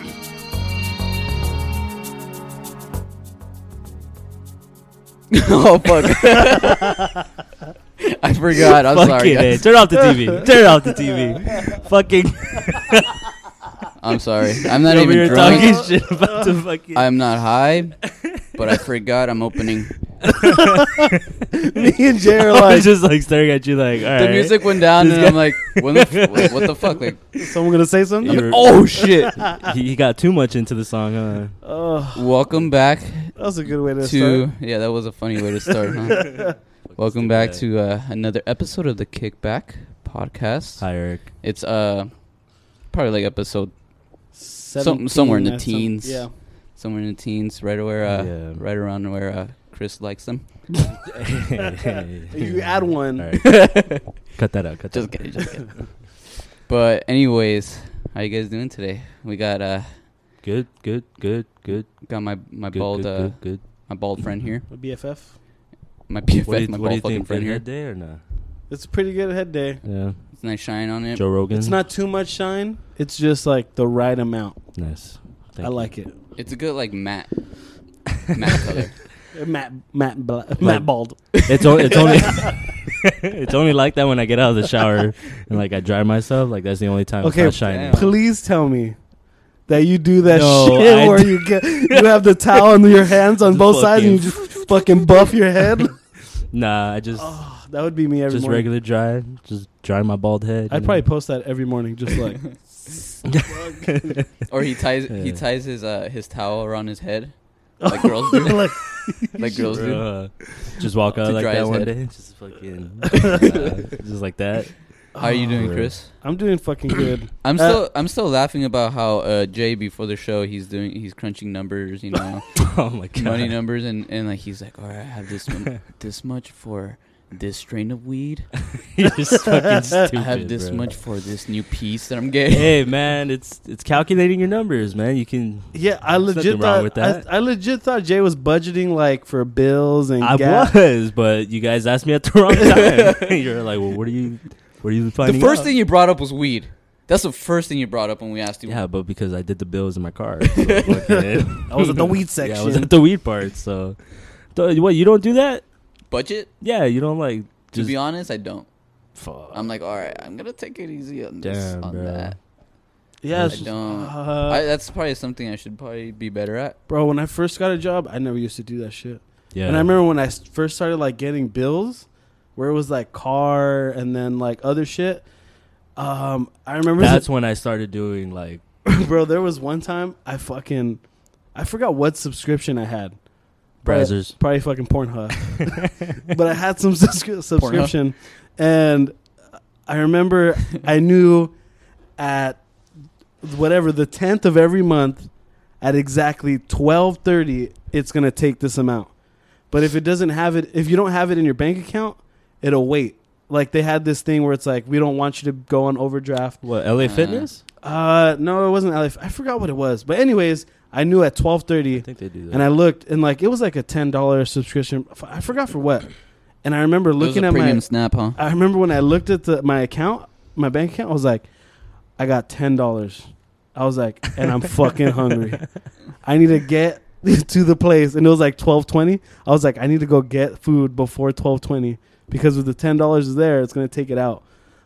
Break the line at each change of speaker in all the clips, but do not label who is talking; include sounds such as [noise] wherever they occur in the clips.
[laughs] oh
[laughs]
fuck! I forgot. I'm sorry.
Fucking A.
Guys.
Turn off the
[laughs]
TV. Turn off the TV. fucking.
I'm sorry. I'm not
You're over
even
here
drunk.
talking [laughs] shit about the
[laughs]
fucking.
I'm not high, but I forgot I'm opening.
Me and Jay are
[laughs] I was
like,
just like staring at you, like all right.
The music went down,
This
and
guy-
I'm like, when the f- wait, "What the fuck?" Like,
someone gonna say something?
You're-
oh shit!
[laughs] he, he got too much into the song, huh?
Oh,
Welcome back
that was a good way to,
to
start.
yeah, that was a funny way to start.
[laughs]
Huh?
[laughs]
Welcome back to uh, another episode of the Kickback Podcast.
Hi,
[laughs]
Eric.
It's uh probably like episode Some- somewhere in the
17, I- some-
teens.
Yeah.
somewhere in the teens, right where uh,
Yeah.
right around where uh, Chris likes them.
You add one.
[laughs]
All right. cut that out. Cut
Just
that
kidding, just kidding. but anyways, how you guys doing today? We got uh
out. Good, good, good, good.
got my my
good,
bald
good,
uh,
good, good.
my bald friend here,
A BFF.
my [laughs] BFF,
What do you,
my
what do
bald fucking
you think?
friend
Good
here.
head day or not?
It's a pretty good head day.
Yeah.
It's nice shine on it.
Joe Rogan.
It's not too much shine. It's just like the right amount.
nice. Thank
I
you.
like it.
It's a good like matte matte
[laughs]
color.
Uh, Matt Matt Bla- Matt Bald.
It's only it's only [laughs] it's only like that when I get out of the shower and like I dry myself. Like that's the only time
Okay,
it's not shiny.
damn.
Please tell me that you do that
No,
shit
I
where
d-
you get you have the towel on your hands on
Just
both sides and you
fucking-
just fucking buff your
[laughs]
head.
Nah, I just
Oh, that would be me every
just
morning.
regular dry. Just dry my bald head.
I'd
you
probably
know?
post that every morning,
[laughs]
just like
or he ties he
Yeah.
ties his uh his towel around his
[laughs]
head like girls do.
like
like girls do.
Bruh. uh, just walk out
To
like
dry
that
his
one
head.
day.
[laughs]
Just fucking uh, just like that. [laughs]
How are you doing,
Bruh.
Chris?
I'm doing fucking good.
I'm
Uh,
still I'm still laughing about how uh, Jay before the show he's doing he's crunching numbers, you know,
Oh my god.
money numbers, and, and like he's like, all right, I have this m- this much for this strain of weed.
[laughs] You're just fucking
[laughs]
stupid.
I have this
bruh.
much for this new piece that I'm getting.
Hey man, it's it's calculating your numbers, man. You can
[clears throat] Yeah, I
There's
legit
nothing wrong
thought
with that.
I, I legit thought Jay was budgeting like for bills and
I
gas.
was, but you guys asked me at the wrong
[laughs]
time. [laughs] You're like, well, what are you, what are you
the
finding?
first
out?
thing you brought up was weed. That's the first thing you brought up when we asked you.
yeah, but because I did the bills in my
[laughs]
car, so fucking-
I was at the
[laughs]
weed
yeah, I
section.
was at the weed part. So, Th- what you don't do that?
Budget.
Yeah, you don't like
To
just.
be honest, I don't.
fuck.
I'm like, all right, I'm gonna take it easy on this
Damn,
on
bro.
that.
yeah, it's
I
just-
don't.
uh,
I, that's probably something I should probably be better at.
bro. When I first got a job, I never used to do that shit.
yeah,
And I remember when I s- first started like getting bills, where it was like car and then like other shit. Um, I remember,
that's when I started doing like.
[laughs] bro. There was one time I fucking, I forgot what subscription I had. Probably- [laughs]
Browsers. [laughs]
probably fucking Pornhub. [laughs] but I had some subscri- subscription, and I remember I knew at whatever the tenth of every month at exactly twelve thirty, it's gonna take this amount. But if it doesn't have it, if you don't have it in your bank account, it'll wait. Like they had this thing where it's like we don't want you to go on overdraft.
What LA
Uh,
Fitness?
Uh, no, it wasn't. I forgot what it was. But anyways, I knew at twelve
I
thirty
think they do that.
and I looked, and like it was like a ten dollar subscription. F- I forgot for what. And I remember looking
it was a
at
premium
my.
snap,
[laughs]
huh?
I remember when I looked at the, my account, my bank account. I was like, I got ten dollars. I was like, and I'm fucking hungry. I need to get [laughs] to the place, and it was like twelve twenty. I was like, I need to go get food before twelve twenty because if the ten dollars is there, it's gonna take it out.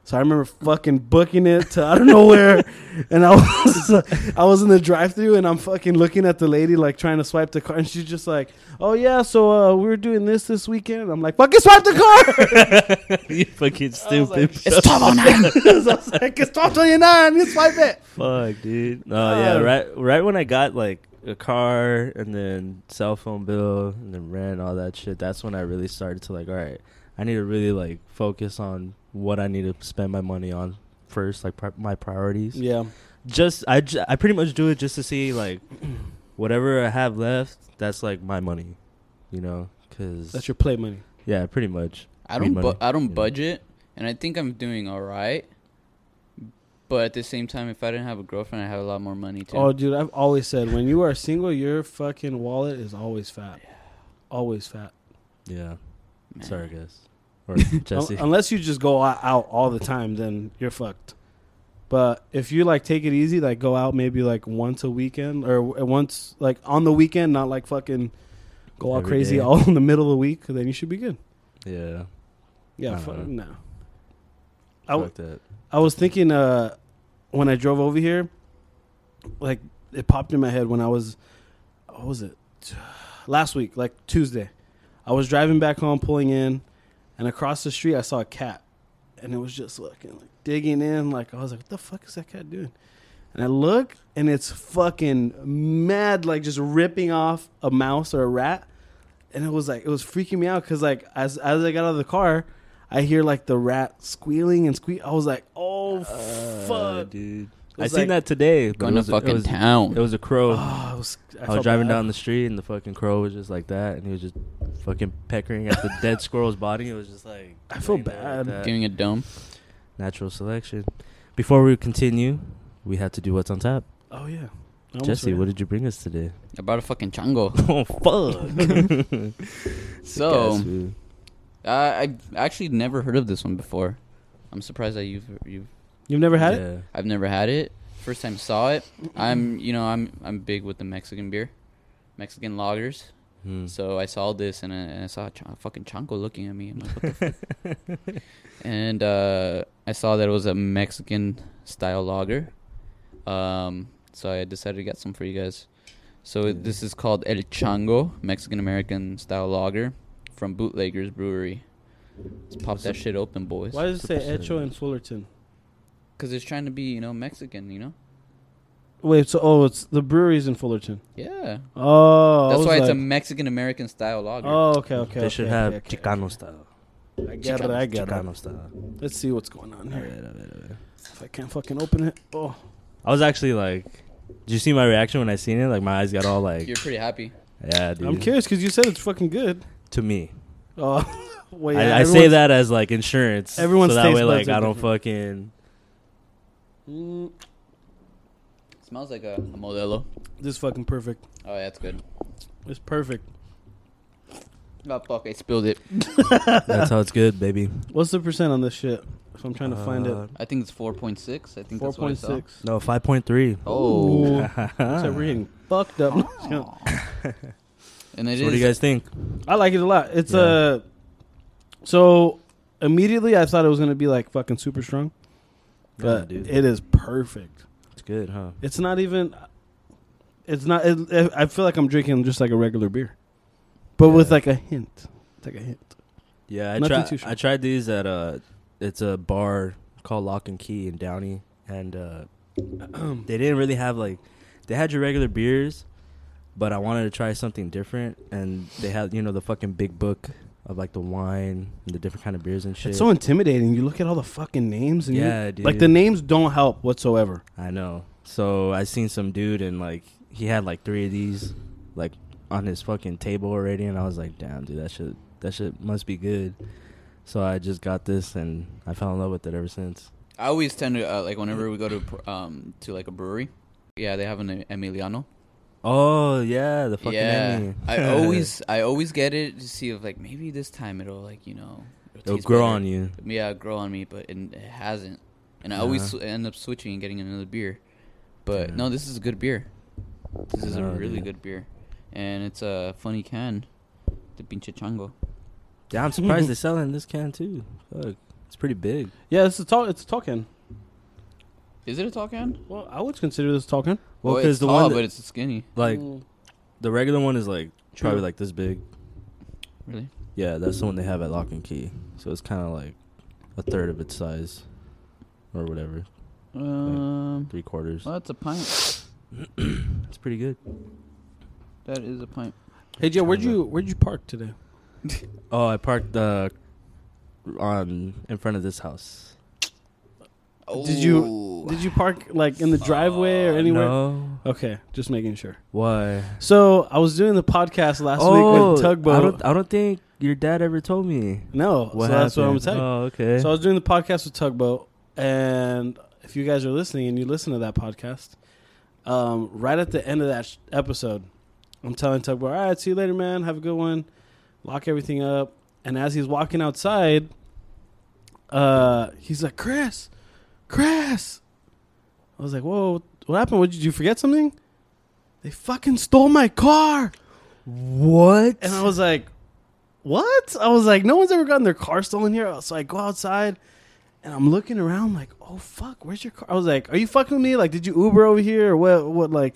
So I remember fucking booking it to I don't know where, and I was [laughs] I was in the drive-through and I'm fucking looking at the lady like trying to swipe the card, and she's just like, "Oh yeah, so uh, we were doing this this weekend." And I'm like, "Fucking swipe the card!"
[laughs] you fucking
I was
stupid.
Like, it's twelve oh nine. I was like, "It's twelve twenty nine. You swipe it."
Fuck, dude. Oh yeah,
Um,
right. Right when I got like a car and then cell phone bill and then rent, all that shit. That's when I really started to like, all right, I need to really like focus on what I need to spend my money on first, like pri- my priorities.
Yeah,
Just I, j- I pretty much do it just to see like [clears throat] whatever I have left. That's like my money, you know. Cause
that's your play money.
yeah, pretty much.
I don't.
Free
Bu-
money,
I don't
you know.
budget, and I think I'm doing all right. But at the same time, if I didn't have a girlfriend, I would have a lot more money too.
Oh, dude, I've always said when you are single, your fucking wallet is always fat, always fat.
Yeah.
Man.
Sorry, guys. Or
Un-
Jesse.
unless you just go o- out all the time, then you're fucked. But if you like take it easy, like go out maybe like once a weekend or w- once like on the weekend, not like fucking Go all
Every
crazy
day.
all [laughs] in the middle of the week, then you should be good.
Yeah.
Yeah,
I
fu-
don't
no. I w-
fuck that.
I was thinking uh, when I drove over here, like it popped in my head when I was, what was it? [sighs] Last week, like Tuesday, I was driving back home, pulling in, and across the street I saw a cat, and it was just fucking like digging in. Like I was like, what the fuck is that cat doing? And I look, and it's fucking mad, like just ripping off a mouse or a rat. And it was like it was freaking me out because like as as I got out of the car, I hear like the rat squealing and squeak. I was like, oh
Uh,
fuck,
dude.
It
I
was
seen
like-
that today. but
Going
it
to
was a- it
fucking
was-
town.
It was a crow.
Oh, I was,
I was driving down the street and the fucking crow was just like that, and he was just fucking peckering at the dead squirrel's body. It was just like
I feel
laying there
bad.
like that.
Giving a dump.
Natural selection. Before we continue, we have to do what's on tap.
Oh yeah, I almost
Jesse,
forgot.
what did you bring us
[laughs]
today?
I brought a fucking chango.
[laughs] oh
[laughs]
fuck!
So
Gas food.
I I actually never heard of this one before. I'm surprised that you've you've
You've never had it?
yeah.
I've never had it. First time saw it. I'm you know I'm I'm big with the Mexican beer, Mexican lagers.
Hmm.
So I saw this and I, and I saw a, ch- a fucking chango looking at me. I'm like, what the
[laughs]
fuck? And uh, I saw that it was a Mexican style lager. Um, so I decided to get some for you guys. So it- this is called El Chango, Mexican American style lager from Bootleggers Brewery. Let's pop that shit open, boys.
Why does it say
100%.
Echo and Fullerton?
Because it's trying to be, you know, Mexican, you know?
Wait, so oh, it's the breweries in Fullerton.
Yeah.
Oh, I
That's
was
why it's a
like-
Mexican American style lager.
Oh, okay, okay.
they
okay,
should
okay,
have
okay,
Chicano style.
okay. I get it. I get
Chicano
it.
style.
Let's see what's going on
All
here.
right, all right, all right.
If I can't fucking open it, oh,
I was actually like, did you see my reaction when I seen it? Like my eyes got all like,
You're pretty happy.
yeah, dude.
I'm curious because you said it's fucking good.
To me,
Oh, [laughs] wait.
I, I say that as like insurance.
everyone's
so that
taste
way, like,
buds are
I don't
[laughs]
fucking.
Mm,
smells like a, a Modelo.
This is fucking perfect.
Oh, yeah, that's good.
It's perfect.
Oh, fuck, I spilled it.
That's how it's good, baby.
What's the percent on this shit? If I'm trying to find
Uh,
it,
I think it's 4.6. I think
four
that's what I
point
saw.
six.
No, five point three.
Oh.
Ooh.
Ah.
So we're getting fucked
Oh.
up. [laughs]
And it is.
So what do you guys think?
I like it a lot. It's
Yeah.
uh so immediately I thought it was gonna be like fucking super strong, but
dude.
it is perfect.
it's good, huh?
It's not even. It's not. It, it- I feel like I'm drinking just like a regular beer, but with
Yeah.
like a hint. It's like a hint.
Yeah, I
Nothing
tried.
too strong.
I tried these at uh, it's a bar called Lock and Key in Downey, and uh, [clears throat] they didn't really have like, they had your regular beers, but I wanted to try something different, and they had you know the fucking big book of like the wine and the different kind of beers and shit.
It's so intimidating. You look at all the fucking names and
yeah,
you,
dude.
like the names don't help whatsoever.
I know. So I seen some dude and like he had like three of these like on his fucking table already, and I was like, damn, dude, that shit, that shit must be good. So I just got this and I fell in love with it ever since.
I always tend to, uh, like, whenever we go to, a pr- um, to like, a brewery, yeah, they have an E- Emiliano.
Oh yeah, the fucking
yeah.
Emmy.
I always I always get it to see if, like, maybe this time it'll, like, you know.
[laughs] it'll
taste
grow
better.
on you.
Yeah, grow on me, but it, it hasn't. And I always
Uh-huh.
sw- end up switching and getting another beer. But
Yeah.
no, this is a good beer. This is a
Oh,
really
dude.
good beer. And it's a funny can. The pinche chango.
Yeah, I'm surprised they're selling this can too. Fuck, it's pretty big.
Yeah, it's a tall. It's a tall can.
Is it a tall can?
Well, I would consider this a tall can.
Well,
Oh,
because
it's
the
tall,
one, that-
but it's skinny.
like
Mm.
the regular one, is like
True.
probably like this big.
Really?
Yeah, that's the one they have at Lock and Key. So it's kind of like a third of its size, or whatever,
Um,
three quarters.
well, that's a pint.
It's pretty good.
That is a pint.
Hey Joe, where'd
Kinda.
you where'd you park today?
Oh, I parked uh, on in front of this house.
Did you- Did you park like in the driveway or anywhere?
No.
Okay, just making sure.
Why?
So I was doing the podcast last week with
Oh, I
Tugboat.
don't, I don't think your dad ever told me.
No, so
What
that's what I'm
happened.
telling. you.
Oh, okay.
So I was doing the podcast with Tugboat, and if you guys are listening and you listen to that podcast, um, right at the end of that sh- episode, I'm telling Tugboat, "All right, see you later, man. Have a good one. Lock everything up." And as he's walking outside, uh, he's like, "Chris, Chris." I was like, "Whoa, what happened? What did you forget something?" They fucking stole my car.
What?
And I was like, what? I was like, no one's ever gotten their car stolen here. So I go outside and I'm looking around like, oh fuck, where's your car? I was like, are you fucking with me? Like, did you Uber over here or what? What like?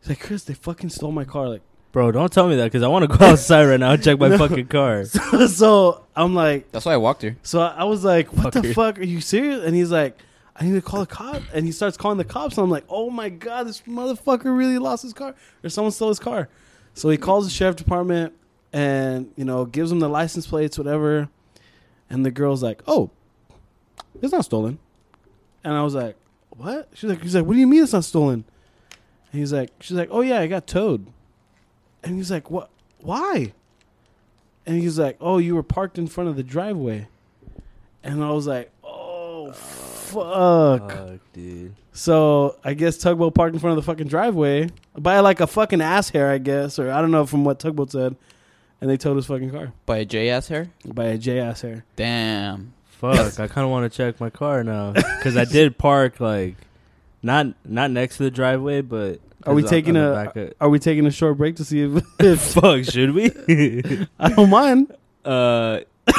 He's like, Chris, they fucking stole my car. Like,
Bro, don't tell me that because I want to go [laughs] outside right now and check my
No.
fucking
[laughs]
car.
so, so I'm like,
That's why I walked here.
so I I was like, what the
Fucker.
fuck? Are you serious? And he's like, I need to call a cop. And he starts calling the cops. And I'm like, oh my God, this motherfucker really lost his car or someone stole his car. So he calls the sheriff department and, you know, gives him the license plates, whatever. And the girl's like, oh, it's not stolen. And I was like, what? She's like, he's like, what do you mean it's not stolen? And he's like, she's like, oh yeah, I got towed. And he's like, what? Why? And he's like, oh, you were parked in front of the driveway. And I was like, oh, fuck.
Fuck, dude.
So I guess Tugboat parked in front of the fucking driveway by like a fucking ass hair, I guess, or I don't know from what Tugboat said. And they towed his fucking car
By a J ass hair?
by a J ass hair.
Damn.
[laughs]
Fuck, I kind of want to check my car now because I did park like not not next to the driveway, but
Are we
it's on-
taking
on the
a-
back of-
Are we taking a short break to see if, [laughs] if
[laughs] Fuck, should we?
I don't mind?
uh, [laughs]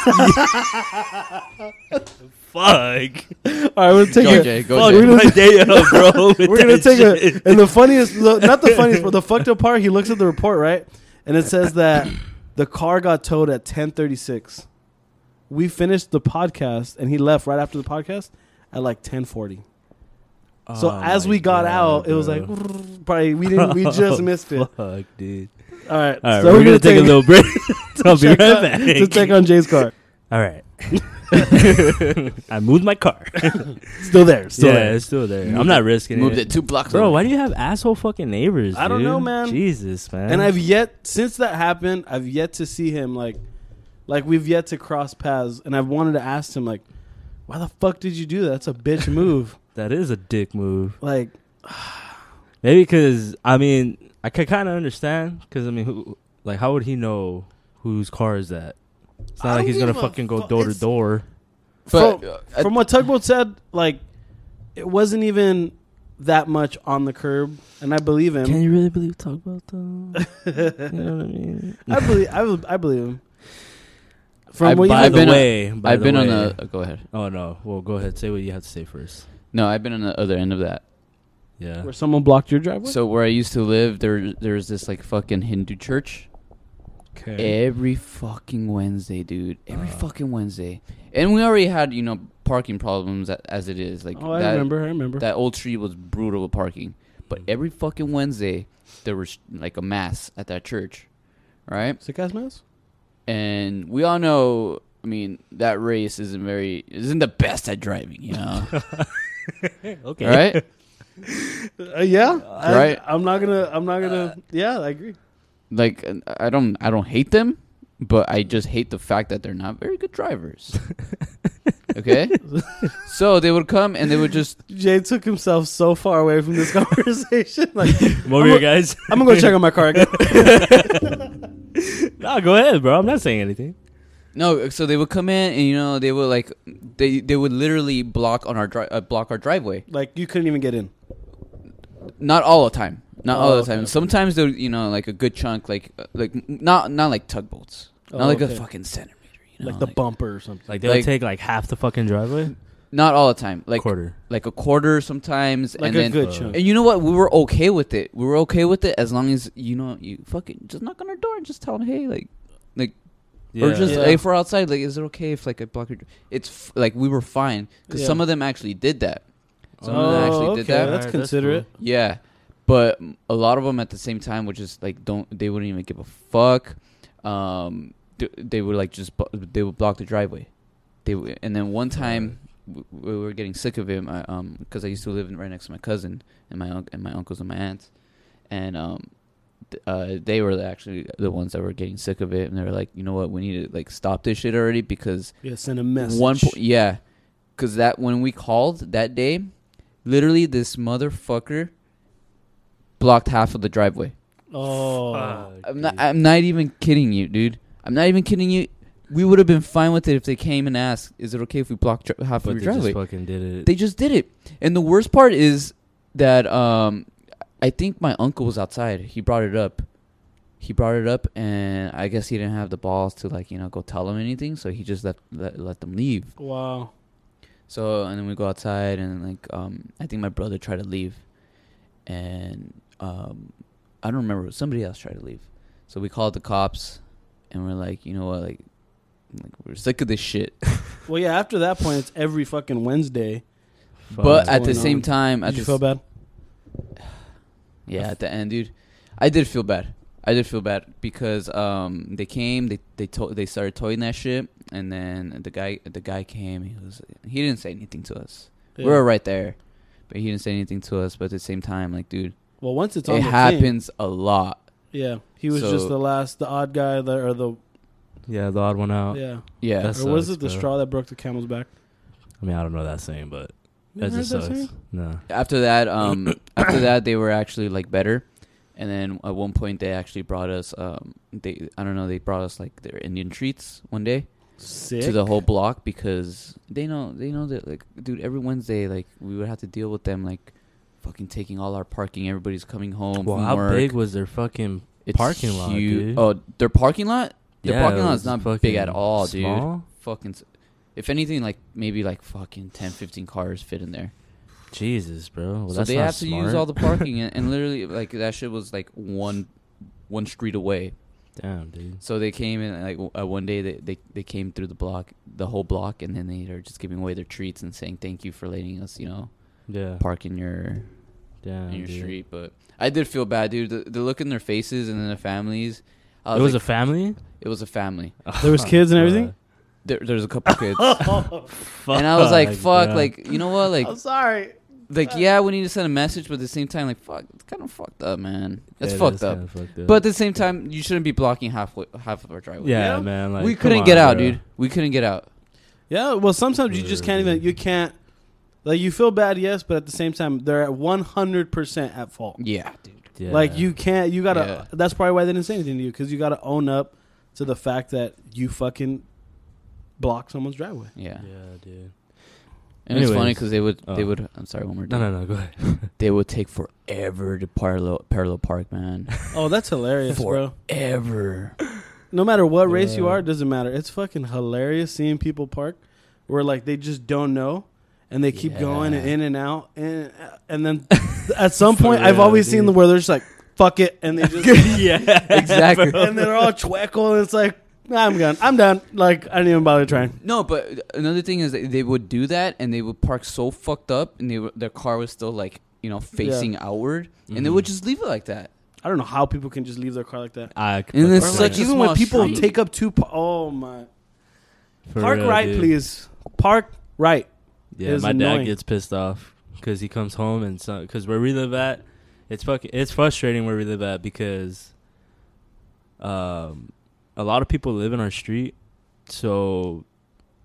fuck.
All right, we'll take
Go
it.
Jay,
Fuck,
go Jay.
my day up,
[laughs]
bro. with
We're gonna
that
take
shit.
a and the funniest, the- not the funniest, but the fucked up part. He looks at the report right, and it says that the car got towed at ten thirty six. We finished the podcast, and he left right after the podcast at like ten forty. So
Oh
as
my
we got
God,
out, it was
bro.
like [laughs] probably we didn't we
[laughs]
just missed it. All
Fuck, dude.
right,
All right,
so
we're, gonna, take, a
[laughs]
little break. [laughs] I'll be right
check out-
back.
to check on Jay's car.
All
[laughs]
right. [laughs] I moved my car.
Still there, still
yeah,
there.
it's [laughs] still there.
Moved
I'm not risking
Moved
it.
it two blocks
Bro,
over.
why do you have asshole fucking neighbors?
I don't
dude?
know, man.
Jesus, man.
And I've yet since that happened, I've yet to see him like, like we've yet to cross paths, and I've wanted to ask him like, why the fuck did you do that? That's
[laughs]
a bitch move.
that is a dick move.
Like,
Maybe because I mean I could kind of understand because I mean who like how would he know whose car is that? It's
I
not like
don't
he's gonna
give a
fucking go
fu-
door to
it's-
door.
But,
from,
uh, I-
from what Tugboat said, like, it wasn't even that much on the curb, and I believe
Can
him.
you really believe Tugboat though? you know what I mean?
[laughs] I believe, I, bel- I believe him. From
I
what you
buy
By
I've
the
been on-
way, by
I've
the
been on
way-
the. uh, go ahead.
[laughs] Oh no! Well, go ahead. Say what you have to say first.
No, I've been on the other end of that.
Yeah.
where someone blocked your driveway.
So where I used to live, there there's this like fucking Hindu church
Okay.
every fucking Wednesday, dude. Every
Uh.
fucking Wednesday, and we already had you know parking problems a- as it is. Like
oh, I
that
remember, I remember.
that old tree was brutal with parking, but eh, every fucking Wednesday there was like a mass at that church, right?
Sick ass mouse.
And we all know. I mean, that race isn't very isn't the best at driving, you know. [laughs]
Okay.
right?
Uh, yeah, I,
Right.
I'm not gonna. I'm not
Uh,
gonna. yeah, I agree.
like uh, I don't I don't hate them, but I just hate the fact that they're not very good drivers. okay? so they would come and they would just
Jay took himself so far away
[laughs]
from this conversation. Like,
I'm over here, guys.
[laughs]
I'm gonna go check on my car.
[laughs]
Again.
nah, go ahead, bro. I'm not saying anything.
no, so they would come in and you know they would like they they would literally block on our dri- uh, block our driveway.
Like, you couldn't even get in.
Not all the time. Not all
Oh,
the time.
okay.
Sometimes they would, you know like a good chunk like uh, like n- not not like tugboats.
Oh,
not like
okay.
a fucking centimeter, you know.
Like the bumper or something.
Like they'll
Like-
take like half the fucking driveway,
Not all the time. Like
quarter.
like a quarter sometimes
Like
and
a
then
good
uh,
chunk.
And you know what? We were okay with it. We were okay with it as long as you know you fucking just knock on our door and just tell them, hey, like, or just
Yeah.
hey, if we're outside, like, is it okay if like I block your? It's f- like we were fine because
Yeah.
some of them actually did that. Some
Oh,
of them actually did
okay,
that.
that's considerate.
Yeah, but a lot of them at the same time would just like don't. They wouldn't even give a fuck. Um, th- they would like just bu- they would block the driveway. They would, and then one time w- we were getting sick of him. I, um, because I used to live in- right next to my cousin and my unc and my uncles and my aunts, and um. th- Uh, they were actually the ones that were getting sick of it, and they were like, "You know what? We need to like stop this shit already because
Yeah, send a message.
one po- yeah, because that when we called that day, literally this motherfucker blocked half of the driveway.
Oh,
I'm not. I'm not even kidding you, dude. I'm not even kidding you. We would have been fine with it if they came and asked, "Is it okay if we block dri- half
but
of
they
your
just
driveway?"
fucking did it.
they just did it. And the worst part is that um, I think my uncle was outside. He brought it up, he brought it up, and I guess he didn't have the balls to like you know go tell them anything, so he just let let, let them leave.
Wow.
So and then we go outside and like um I think my brother tried to leave and um I don't remember somebody else tried to leave. So we called the cops and we're like, you know what, like like we're sick of this shit. [laughs]
Well, yeah. After that point, it's every fucking Wednesday.
but
What's
at the
going
same
on?
time
Did
at
you
the
feel
feel
bad?
yeah, at the end, dude. I did feel bad. I did feel bad because um they came, they they to- they started toying that shit and then the guy the guy came, he was he didn't say anything to us. We
Yeah.
were right there. But he didn't say anything to us, but at the same time, like dude
Well, once it's on
it
the thing-
happens a lot.
yeah, he was
So-
just the last, the odd guy, that, or the
yeah, the odd one out.
yeah,
Yeah.
That's- Oh, That
or was
sucks,
it the
bro.
straw that broke the camel's back?
I mean, I don't know that saying, but
You
that
heard
just
that
sucks.
saying?
No.
after that,
[coughs]
um, after that, they were actually like better. And then at one point, they actually brought us. Um, they I don't know. They brought us like their Indian treats one day
Sick.
to the whole block because they know they know that like dude every Wednesday like we would have to deal with them like fucking taking all our parking. Everybody's coming home.
Well,
from
how
work.
big was their fucking?
It's
parking lot,
huge.
dude?
Oh, their parking lot. Their
Yeah,
parking
it
lot
was
is not big
fucking
at all, dude.
small?
Fucking, s- if anything, like maybe like fucking 10, 15 cars fit in there.
Jesus, bro. Well,
so
that's
they
not
have to use
smart.
all the
[laughs]
parking, and, and literally, like that shit was like one, one street away.
Damn, dude.
So they came in like w- uh, one day they, they they came through the block, the whole block, and then they are just giving away their treats and saying thank you for letting us, you know,
Yeah.
park in your
Damn.
in your
dude.
street. But I did feel bad, dude. The, the look in their faces and then the families. I
it was
like-
a family.
it was a family.
[laughs]
There was kids and everything?
There, there's a couple kids,
Fuck,
and I was like, "Fuck!"
bro.
Like you know what? Like
Oh, I'm sorry.
like yeah, we need to send a message, but at the same time, like fuck, it's kind of fucked up, man. That's
Yeah,
fucked
that's
up.
kinda fucked up.
But at the same time, you shouldn't be blocking halfway, half of our driveway.
yeah,
Yeah.
man, like
we
come
couldn't
on,
get out,
bro.
dude. We couldn't get out.
Yeah. Well, sometimes you just can't even. You can't. Like you feel bad, yes, but at the same time, they're at 100 percent at fault.
Yeah, dude.
Yeah.
Like you can't. You gotta.
Yeah.
That's probably why they didn't say anything to you because you gotta own up to the fact that you fucking blocked someone's driveway.
Yeah,
Yeah, dude.
and it's funny
Anyways.
because they would, they
Oh.
would. I'm sorry, one more.
No, no, no. Go ahead.
[laughs]
They would take forever to parallel parallel park,
[laughs]
man.
Oh, that's hilarious,
For-
bro.
Ever.
No matter what race you
Yeah.
are, it doesn't matter. It's fucking hilarious seeing people park where like they just don't know and they keep going and
Yeah.
in and out and and then
[laughs]
at some point
For
I've
real,
always seen the
dude.
where they're just like fuck it and they
[laughs]
just
yeah,
Exactly.
bro.
and they're all chueco and it's like nah, I'm done. I'm done. Like I didn't even bother trying.
No, but another thing is that they would do that, and they would park so fucked up, and they were, their car was still like you know facing outward, and they would
Mm-hmm.
just leave it like that.
I don't know how people can just leave their car like that.
I
And it's
Or
Such
like
a
even when
small
people
street.
take up two pa- oh my
For
park
real,
right
dude.
please park right
Yeah,
It's
my
annoying.
dad gets pissed off because he comes home and because where we live at, it's fucking it's frustrating where we live at because, um, a lot of people live in our street, so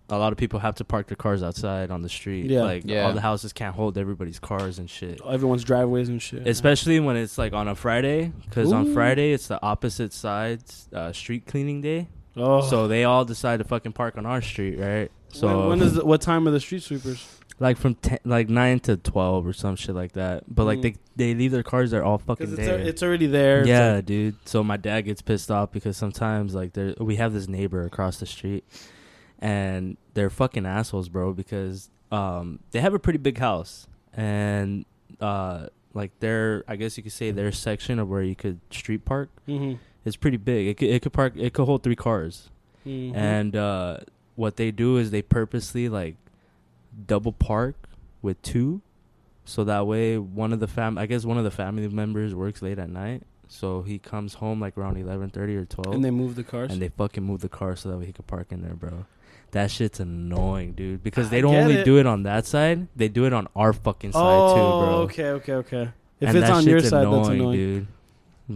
a lot of people have to park their cars outside on the street.
Yeah.
like
Yeah.
all the houses can't hold everybody's cars and shit.
everyone's driveways and shit.
Especially when it's like on a Friday, because
Ooh.
on Friday it's the opposite sides uh, street cleaning day.
oh.
So they all decide to fucking park on our street, right? So
when, when is the, what time are the street sweepers?
like from ten, like nine to twelve or some shit like that. But like
Mm.
they they leave their cars there all
Because
fucking
it's,
day.
al- it's already there. It's
yeah,
like-
dude. So my dad gets pissed off because sometimes like there we have this neighbor across the street, and they're fucking assholes, bro. Because um they have a pretty big house and uh like their I guess you could say their section of where you could street park
Mhm.
is pretty big. It could, it could park it could hold three cars
Mhm.
and uh, what they do is they purposely like double park with two so that way one of the fam i guess one of the family members works late at night so he comes home like around 11.30 or 12
and they move the cars.
oh. and they fucking move the car so that way he could park in there bro that shit's annoying dude because
I
they don't
get
only
it.
do it on that side they do it on our fucking side
oh,
too bro
okay, okay, okay. If
and
it's
that
on your
shit's
side, that's annoying.
dude.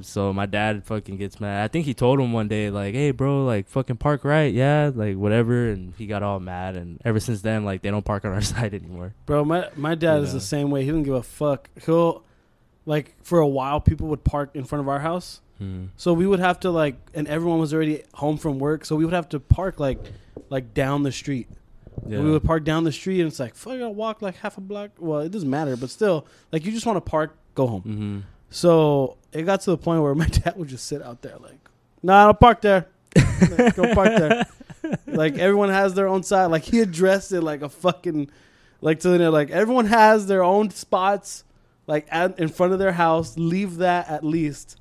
So my dad fucking gets mad. I think he told him one day, like, "Hey, bro, like, fucking park right, yeah, like, whatever." And he got all mad, and ever since then, like, they don't park on our [laughs] side anymore.
Bro, my my dad is
Yeah.
the same way. He doesn't give a fuck. He'll like for a while, people would park in front of our house,
Hmm.
so we would have to like, and everyone was already home from work, so we would have to park like, like down the street.
Yeah.
We would park down the street, and it's like, fuck, I walk like half a block. Well, it doesn't matter, but still, like, you just want to park, go home.
hmm
So it got to the point where [laughs] my dad would just sit out there like, "No, nah, I'll park there. Like, Go park there." like everyone has their own side. Like he addressed it like a fucking like to the like everyone has their own spots like at, in front of their house. Leave that at least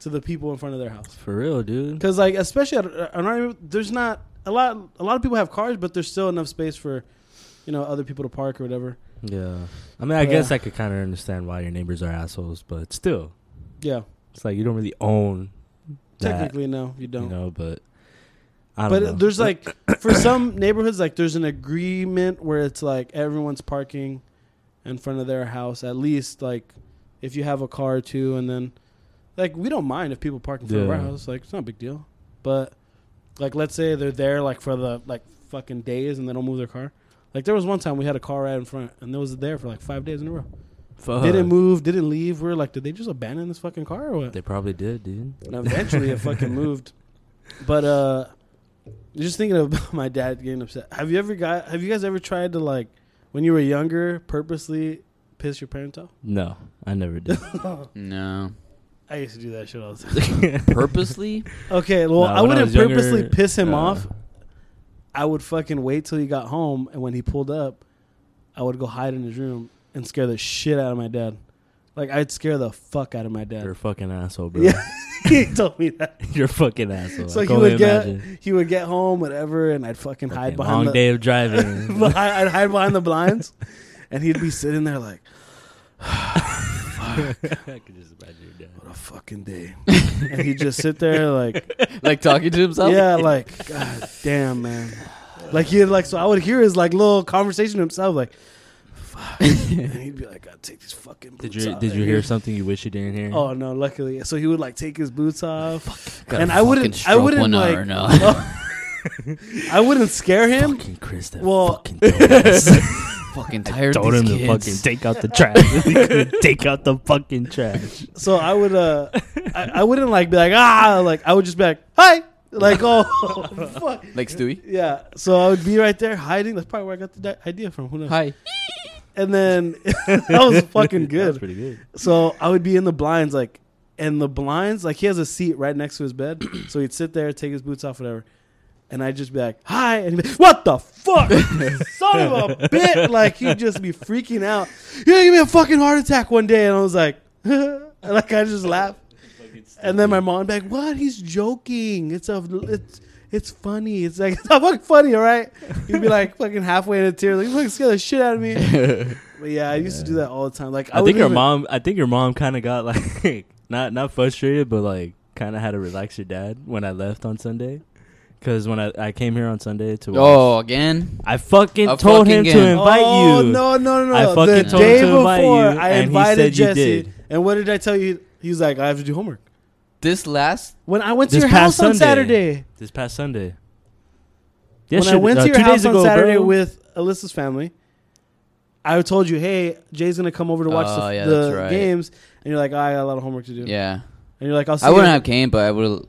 to the people in front of their house.
For real, dude.
Because like especially at, at an RV, there's not a lot. A lot of people have cars, but there's still enough space for you know other people to park or whatever.
Yeah. I mean, I
Yeah.
guess I could kind of understand why your neighbors are assholes, but still,
Yeah,
it's like you don't really own that,
technically no, you
you
don't.
know, but I
but
don't know.
there's like
[coughs]
for some neighborhoods like there's an agreement where it's like everyone's parking in front of their house at least like if you have a car or two and then like we don't mind if people park in front of
Yeah.
our house like it's not a big deal but like let's say they're there like for the like fucking days and they don't move their car like there was one time we had a car right in front and they was there for like five days in a row
Fuck.
didn't move didn't leave we are like did they just abandon this fucking car or what
They probably did, dude.
and eventually it fucking moved. But uh just thinking about [laughs] my dad getting upset. Have you ever got have you guys ever tried to like when you were younger purposely piss your
[laughs]
parents off?
[laughs] No, I never [laughs] did.
No,
I used to do that shit all the time.
[laughs]
purposely.
Okay, well
Nah,
I
when I
wouldn't
was younger,
purposely piss him
uh,
off. I would fucking wait till he got home and when he pulled up, I would go hide in his room and scare the shit out of my dad. Like I'd scare the fuck out of my [laughs]
You're a
dad.
fucking asshole, bro.
Yeah. he told me that.
[laughs] You're a fucking asshole.
So
I
he
can
would
only
get
imagine.
he would get home, whatever, and I'd fucking hide
Fucking
behind
long
the
day of
[laughs]
driving.
behind, I'd hide behind the blinds, and he'd be sitting there like,
[laughs]
[laughs]
I could just imagine your dad.
"What a fucking day," and he'd just sit there like,
like talking to himself.
"Yeah, like, god damn, man." Like he'd like, so I would hear his like little conversation to himself, like, "Fuck," and he'd be like, "Gotta take these fucking."
Did
boots
you
off."
did you hear something you wish you didn't hear?
Oh no! Luckily, so he would like take his boots off,
Gotta
and I wouldn't.
fucking
I
stroke
wouldn't
one out
like.
or no.
[laughs]
[laughs] I wouldn't scare him.
fucking Chris, that
Well-
fucking
[laughs]
dumbass.
fucking tired.
told
of
him
these
to
kids.
fucking take out the trash. [laughs] He couldn't take out the fucking trash.
So I would uh I, I wouldn't like be like ah like I would just be like hi like oh [laughs] fuck
like Stewie.
yeah so I would be right there hiding that's probably where I got the di- idea from who knows
Hi.
and then [laughs] [laughs] that was
[laughs]
fucking
That's
good
pretty good.
so I would be in the blinds like and the blinds like he has a seat right next to his bed so he'd sit there take his boots off whatever and I'd just be like hi and he'd be like, what the fuck son of a bitch like he'd just be freaking out you're gonna give me a fucking heart attack one day and I was like [laughs] like I just laughed.
[laughs]
And then my mom be like, "What? He's joking. It's a, it's, it's funny. It's like [laughs] it's not fucking funny, all right." You'd be like fucking halfway in a tear, like you fucking scare the shit out of me. But yeah, I used to do that all the time. Like
I,
would
think your
even-
mom. I think your mom kind of got [laughs] like not not frustrated, but like kind of had to relax your dad when I left on Sunday. Because when I, I came here on Sunday to watch,
Oh, again.
I fucking
A
told
fucking
him
game.
to invite
oh,
you.
no, no, no,
I
no!
fucking
The
told
day
him to
before,
invite you,
I
and he
invited
said you
Jesse,
did.
and what did I tell you? He's like, "I have to do homework."
This last
When I went to
This
your house
past
on
Sunday.
Saturday,
This past Sunday.
when I
Yesterday-
went
uh,
to your
two days
house
ago,
on Saturday
bro.
with Alyssa's family, I told you, "Hey, Jay's gonna come over to watch
Oh,
the,
yeah,
the
that's right.
games," and you're like, "Oh, "I got a lot of homework to do."
Yeah,
And you're like, "I'll see."
I
you."
wouldn't have came, but I would.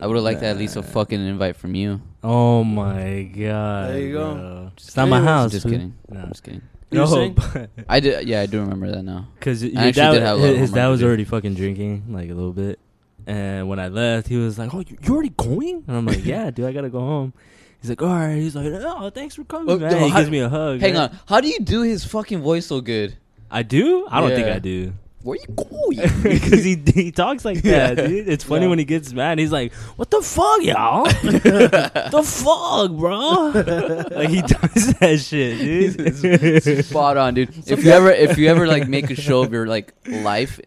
I would have liked at least a
Nah.
fucking invite from you.
Oh my god.
There you go.
bro. It's not my
Anyways,
house.
just
dude.
kidding.
No.
I'm just kidding.
You were
No,
saying?
but
I did. Yeah, I do remember that now.
because your
actually
dad,
did have a lot of
his
homework
dad
to
was
do.
already fucking drinking like a little bit, and when I left, he was like, "Oh, you, you already going?" And
[laughs]
I'm like, "Yeah, dude, I gotta go home." He's like, "All right." He's like, "Oh, thanks for coming."
Oh,
man."
no,
he
hi-
gives me a hug.
Hang
man.
on. How do you do his fucking voice so good?
I do? I don't think
Yeah. [laughs]
I do. [laughs]
Where you going?
Because he he talks like that,
Yeah.
dude. It's funny
Yeah.
when he gets mad. He's like, "What the fuck,
[laughs]
y'all? [laughs] the fuck, bro?" [laughs] like he does that shit, dude. [laughs]
It's- it's [laughs] spot on, dude. If you ever, if you ever like make a show of your like
[laughs]
life,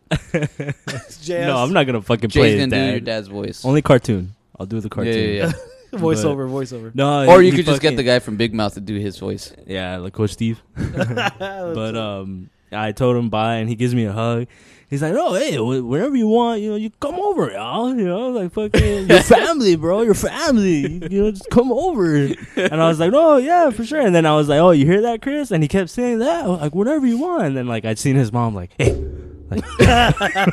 Jazz.
No, I'm
[laughs]
not gonna fucking play
Jay's
his
gonna do your
dad.
dad's voice.
Only cartoon. I'll do the
yeah,
cartoon.
yeah,
voiceover, voiceover.
No, [laughs]
yeah. Or
he-
you
he
could just get the
fucking-
guy from Big Mouth to do his voice.
yeah, like Coach
[laughs]
Steve. [laughs] but um, I told him bye, and he gives me a hug. He's like, "Oh, hey, wh- whenever you want, you know, you come over, y'all. You know, like fucking
[laughs]
your family, bro, your family. You know, just come over." And I was like, "Oh yeah, for sure." And then I was like, "Oh, you hear that, Chris?" And he kept saying that, like, "Whenever you want." And then like I'd seen his mom, like, "Hey," like,
[laughs]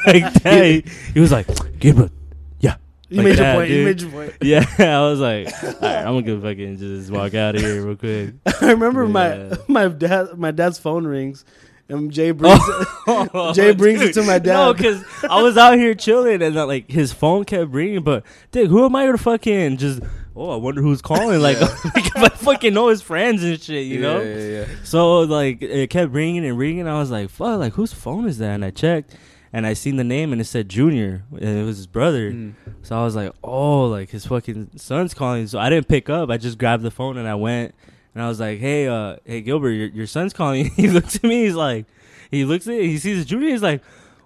like that. He, he was like, "Gabriel, yeah."
you
like
made your
that,
point. You
dude.
made your point.
Yeah, [laughs] I was like, all right, I'm gonna go
[laughs]
fucking just walk out of here real quick.
I remember
Yeah.
my my dad my dad's phone rings, and Jay brings
Oh.
[laughs]
[laughs]
Jay brings it to my dad.
No, because I was out here chilling and uh, like his phone kept ringing. But Dick, who am I to fucking just? Oh, I wonder who's calling. Like, [laughs] like if I fucking know his friends and shit, you know.
Yeah, yeah,
[laughs] So like it kept ringing and ringing. I was like, "Fuck! Like whose phone is that?" And I checked, and I seen the name, and it said Junior. And it was his brother.
yeah. Mm.
So I was like, "Oh, like his fucking son's calling." So I didn't pick up. I just grabbed the phone and I went, and I was like, "Hey, uh, hey Gilbert, your, your son's calling." [laughs] he looks at me. He's like, he looks at, he sees Junior. He's like.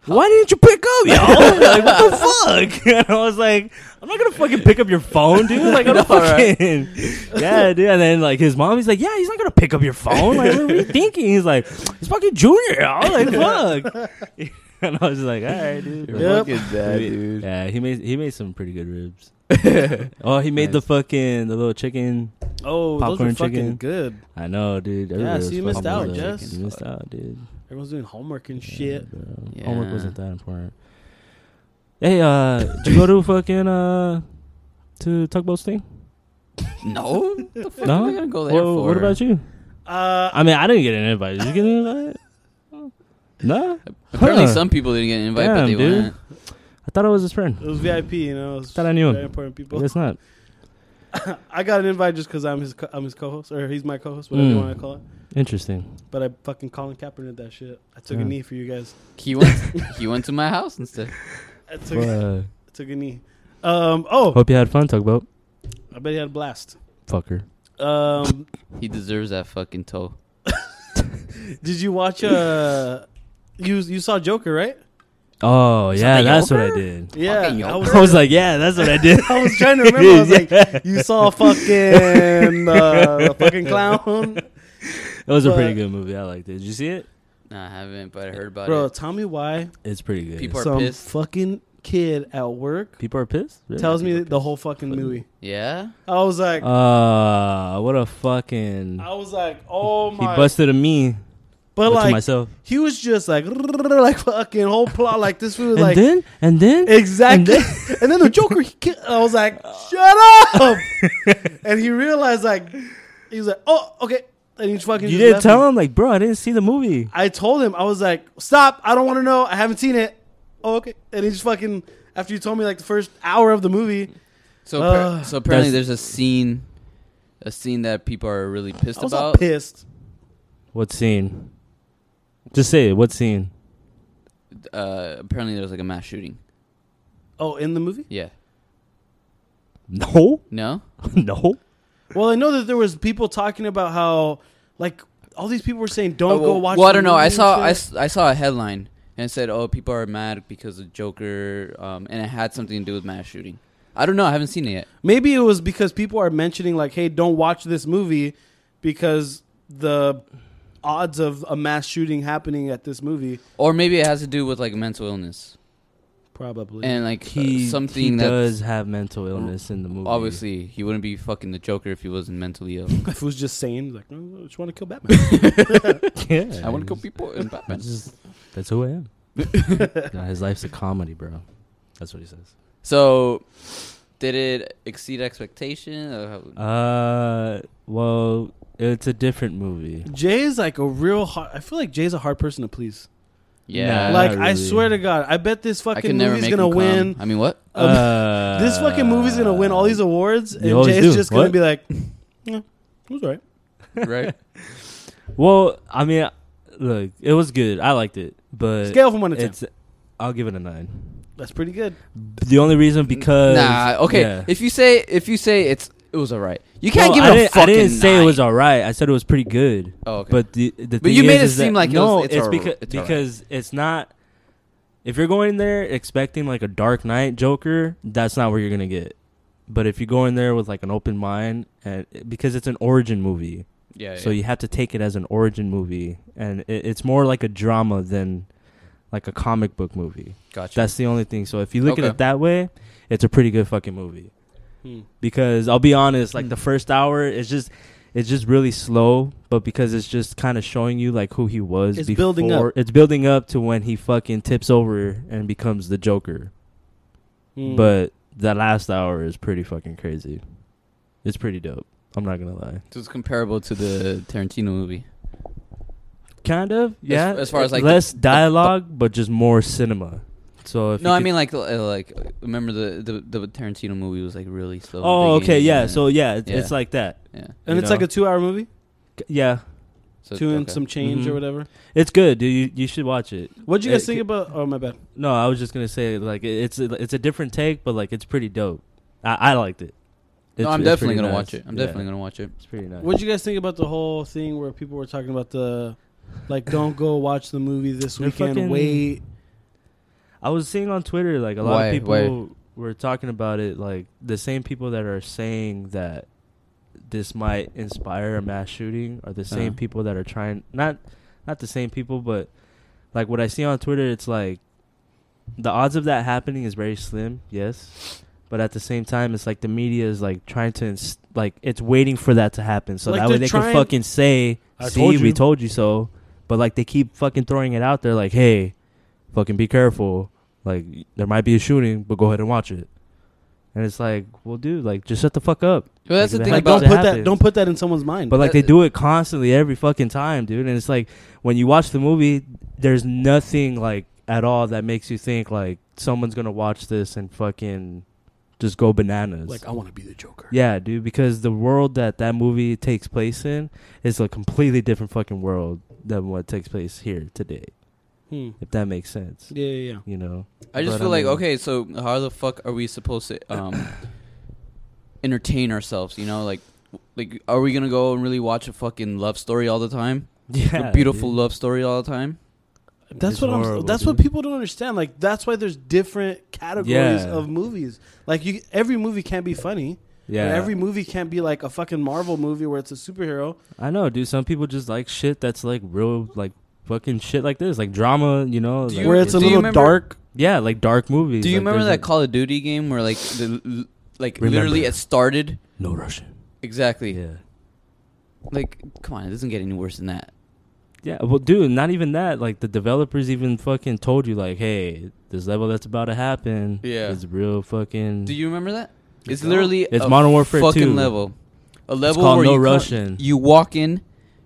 Why didn't you pick up, yo?
[laughs]
like, what the fuck? [laughs] And I was like, I'm not gonna fucking pick up your phone, dude. Like,
[laughs]
I'm
No, right.
fucking, yeah, dude. And then like his mom, he's like, yeah, he's not gonna pick up your phone. Like, what are you thinking? He's like, it's fucking junior. I was like, fuck. [laughs] and I was just like, all right,
[laughs]
dude.
You're
But-
Yep.
fucking bad,
He-
dude.
Yeah, he made he made some pretty
[laughs]
good ribs. oh, he made the fucking the little chicken.
Oh,
Popcorn
those are fucking
chicken.
good.
I know, dude. Everybody
so
was
you missed
fucking
out,
with it.
Jess.
You missed out, dude.
Everyone's doing homework and shit.
Yeah, bro.
Yeah.
Homework wasn't that important. Hey, uh, did you go to fucking uh to tugboat thing?
No, what the fuck am [laughs]
No?
I gonna go there
Well,
for?
what about you?
Uh,
I mean, I didn't get an invite. Did you get an invite? No,
Apparently,
Huh.
some people didn't get invited, but
Damn,
they
dude.
went.
I thought I was his friend.
it was VIP, you know. It was
Thought I knew him.
very important people.
It's not.
[laughs] I got an invite just because I'm his co- I'm his co-host or he's my co-host, whatever you
Mm.
want to call it.
Interesting.
But I fucking Colin Kaepernick that shit. I took a
Yeah.
knee for you guys.
He
[laughs]
went. he went to my house instead.
I took
Fuck.
I took a knee. Um. Oh,
uh, Hope you had fun, tugboat.
I bet he had a blast.
Fucker.
Um.
He deserves that fucking toe.
did you watch? Uh. You you saw Joker right?
Oh
Is
yeah,
that the
that's what I
Joker?
[laughs]
did.
Fucking
Yeah. I
Joker.
was,
I was like, yeah, that's what I did.
[laughs] I was trying to
[laughs]
remember. I was like, you saw fucking uh, the fucking
[laughs]
clown,
It was a pretty
But-
good movie. I liked it. Did you see it?
Nah, I haven't, but I heard about
bro.
it.
Tell me why
It's pretty good.
People are
some
pissed.
fucking kid at work
People are pissed. Really?
tells me
People
the whole fucking movie.
Yeah.
I was like,
are- Uh, what a fucking.
I was like, oh
he
my.
busted a me
but
to
like,
myself.
he was just like, [laughs] like fucking whole plot. Like this was
And
like
then, and then,
exactly. And then, the Joker, he ki- I was like, shut up.
[laughs]
and he realized like, he was like, oh okay. And he fucking.
you
just
didn't
left
tell him, like, bro, I didn't see the movie.
I told him, I was like, stop, I don't want to know, I haven't seen it. Oh, okay. And he just fucking, after you told me like the first hour of the movie,
So appar-
Ugh.
so apparently,
That's-
there's a scene, a scene that people are really pissed
I was all
about.
pissed.
What scene? Just say it. What scene? [laughs]
Uh, apparently, there was like a mass shooting.
Oh, in the movie?
Yeah.
No, [laughs]
No.
Uh,
no.
Well, I know that there was people talking about how, like, all these people were saying, don't
Oh,
go
well-
watch
Well, I
the
don't know. I
movie
saw I,
and shit.
s- I saw a headline and it said, "Oh, people are mad because of Joker," um, and it had something to do with mass shooting. I don't know. I haven't seen it yet.
Maybe it was because people are mentioning, like, hey, don't watch this movie because the odds of a mass shooting happening at this movie.
Or maybe it has to do with like mental illness
Probably.
and like
He
something
he
that
does have mental illness in the movie.
obviously he wouldn't be fucking the Joker if he wasn't mentally ill.
if it was just saying, like, oh, I just want to
[laughs]
kill Batman.
[laughs] yeah.
I want to kill
he's-
people in
That's [laughs]
Batman.
just that's who I
[laughs]
am. Nah, his life's a comedy, bro. That's what he says.
So, did it exceed expectation? Or how-
Uh, well, it's a different movie.
Jay is like a real hard. I feel like Jay's a hard person to please.
yeah,
Uh,
like
not
I
really.
swear to God, I bet this
I
fucking
can never
movie's
make
gonna
him come.
win.
I mean,
[laughs]
what?
[laughs] Um,
Uh,
this fucking movie's gonna win all these awards,
You
and
always
Jay's
do.
just gonna
What?
be like, "Mm, yeah, it was alright.
Right?
Well, I mean, look, it was good. I liked it, but
Scale from one to ten.
it's. I'll give it a nine.
That's pretty good.
The only reason because
nah. Okay.
yeah.
If you say if you say it's it was alright, you can't
No,
give
I
it a
didn't,
fucking.
I didn't say it
nine.
was all right. I said it was pretty good.
Oh, okay.
But the, the
But you
thing
made
is-
it
is that-
seem like it
no,
was- it's alright.
because
It's alright.
because it's not. If you're going there expecting like a Dark Knight Joker, that's not where you're gonna get. But if you go in there with like an open mind, and because it's an origin movie,
yeah.
so you have to take it as an origin movie, and it, it's more like a drama than like a comic book movie.
gotcha.
That's the only thing. So if you look at
Okay.
it that way, it's a pretty good fucking movie
Hmm.
because I'll be honest, like
Mm.
the first hour it's just it's just really slow, but because it's just kind of showing you like who he was
It's building up.
It's building up to when he fucking tips over and becomes the Joker.
Hmm.
But the last hour is pretty fucking crazy. It's pretty dope. I'm not gonna lie.
So it's comparable to the Tarantino movie.
Kind of, yeah.
as far as, like,
less
the- the-
dialogue, but just more cinema. So if
No,
you
I
could-
mean like uh, like remember the, the the Tarantino movie was like really slow. in the
oh, okay,
beginning,
yeah.
and
So
then-
yeah, it-
Yeah.
it's like that.
yeah,
and
you
it's
know.
like a two-hour movie,
C- Yeah,
so,
two and
okay.
some change
Mhm.
or whatever.
it's good. dude. You you should watch it.
What'd you guys
It-
think about? Oh my bad.
No, I was just gonna say like it- it's a, it's a different take, but like it's pretty dope. I, I liked it.
No,
It's-
I'm
it's
definitely
pretty
gonna
nice.
watch it. I'm
Yeah,
definitely gonna watch it.
It's pretty nice.
What'd you guys think about the whole thing where people were talking about the, like, don't go watch the movie this
They're
weekend.
fucking-
wait.
I was seeing on Twitter like a lot
Why-
of people
why?
were talking about it. Like the same people that are saying that this might inspire a mass shooting are the
Uh-huh.
same people that are trying not not the same people, but like what I see on Twitter, it's like the odds of that happening is very slim. Yes. But at the same time, it's like the media is like trying to ins- like it's waiting for that to happen, so
Like,
that way they
they're trying-
can fucking say,
I
"See,
told you."
we told you so." But like they keep fucking throwing it out there, like, "Hey, fucking be careful. Like there might be a shooting, but go ahead and watch it. And it's like, well, dude, like just shut the fuck up.
Well, that's
Like,
the
if it
thing about
happens,
Like, don't
it
put that.
happens.
Don't put that in someone's mind.
But like they
that-
do it constantly every fucking time, dude. And it's like when you watch the movie, there's nothing like at all that makes you think like someone's gonna watch this and fucking just go bananas.
like, I want to be the Joker.
yeah, dude, because the world that that movie takes place in is a completely different fucking world than what takes place here today.
Hmm.
If that makes sense,
Yeah, yeah, yeah.
you know.
I just
But, um,
feel
I
like
mean-
okay, so how the fuck are we supposed
[coughs]
to um entertain ourselves? You know, like like are we gonna go and really watch a fucking love story all the time?
Yeah,
a beautiful
dude.
love story all the time.
That's
It's
what
horrible,
I'm. That's what
dude.
people don't understand. Like that's why there's different categories
Yeah.
of movies. Like you, every movie can't be funny.
Yeah,
And every movie can't be like a fucking Marvel movie where it's a superhero.
I know, dude. Some people just like shit that's like real, like fucking shit like this, like drama. You know,
Do
like,
you-
where it's a
do you
little
remember-
dark.
yeah, like dark movies.
Do you
Like,
remember
there's
that
a-
Call of Duty game where like the l- like
Remember.
literally it started
No Russian.
exactly
Yeah,
like come on, it doesn't get any worse than that.
yeah. Well, dude, not even that. Like the developers even fucking told you, like, hey, this level that's about to happen.
Yeah.
is real fucking.
Do you remember that? It's
No.
literally
It's
a
Modern Warfare
fucking
2.
level, a level
called
where
No
you come-
Russian.
you walk in,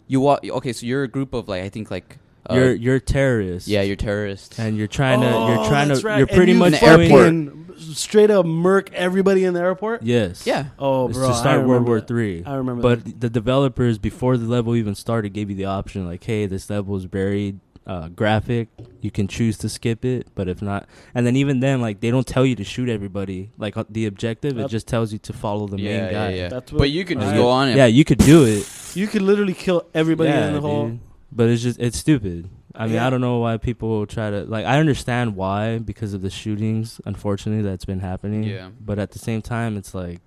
you walk. Okay, so you're a group of like I think like uh,
you're you're a terrorist.
yeah, you're terrorists.
and you're trying to
Oh,
you're trying to
that's right.
you're
And
pretty
you
much
An
doing-
airport.
fucking Straight up murk everybody in the airport.
Yes.
yeah,
Oh,
It's
bro.
to
I
start World
remember
War
that.
Three.
I remember.
But
that.
the developers before the level even started gave you the option like, hey, this level is very uh, graphic. You can choose to skip it, but if not, and then even then, like they don't tell you to shoot everybody. Like uh, the objective, it
Yep.
just tells you to follow the
yeah,
main
yeah,
guy.
yeah.
That's
but
what-
you can just
I-
go on and
Yeah, you could do it.
you could literally kill everybody
yeah,
in the whole.
dude. But it's just it's stupid. I mean,
Yeah.
I don't know why people try to like. I understand why because of the shootings, unfortunately, that's been happening.
Yeah.
But at the same time, it's like,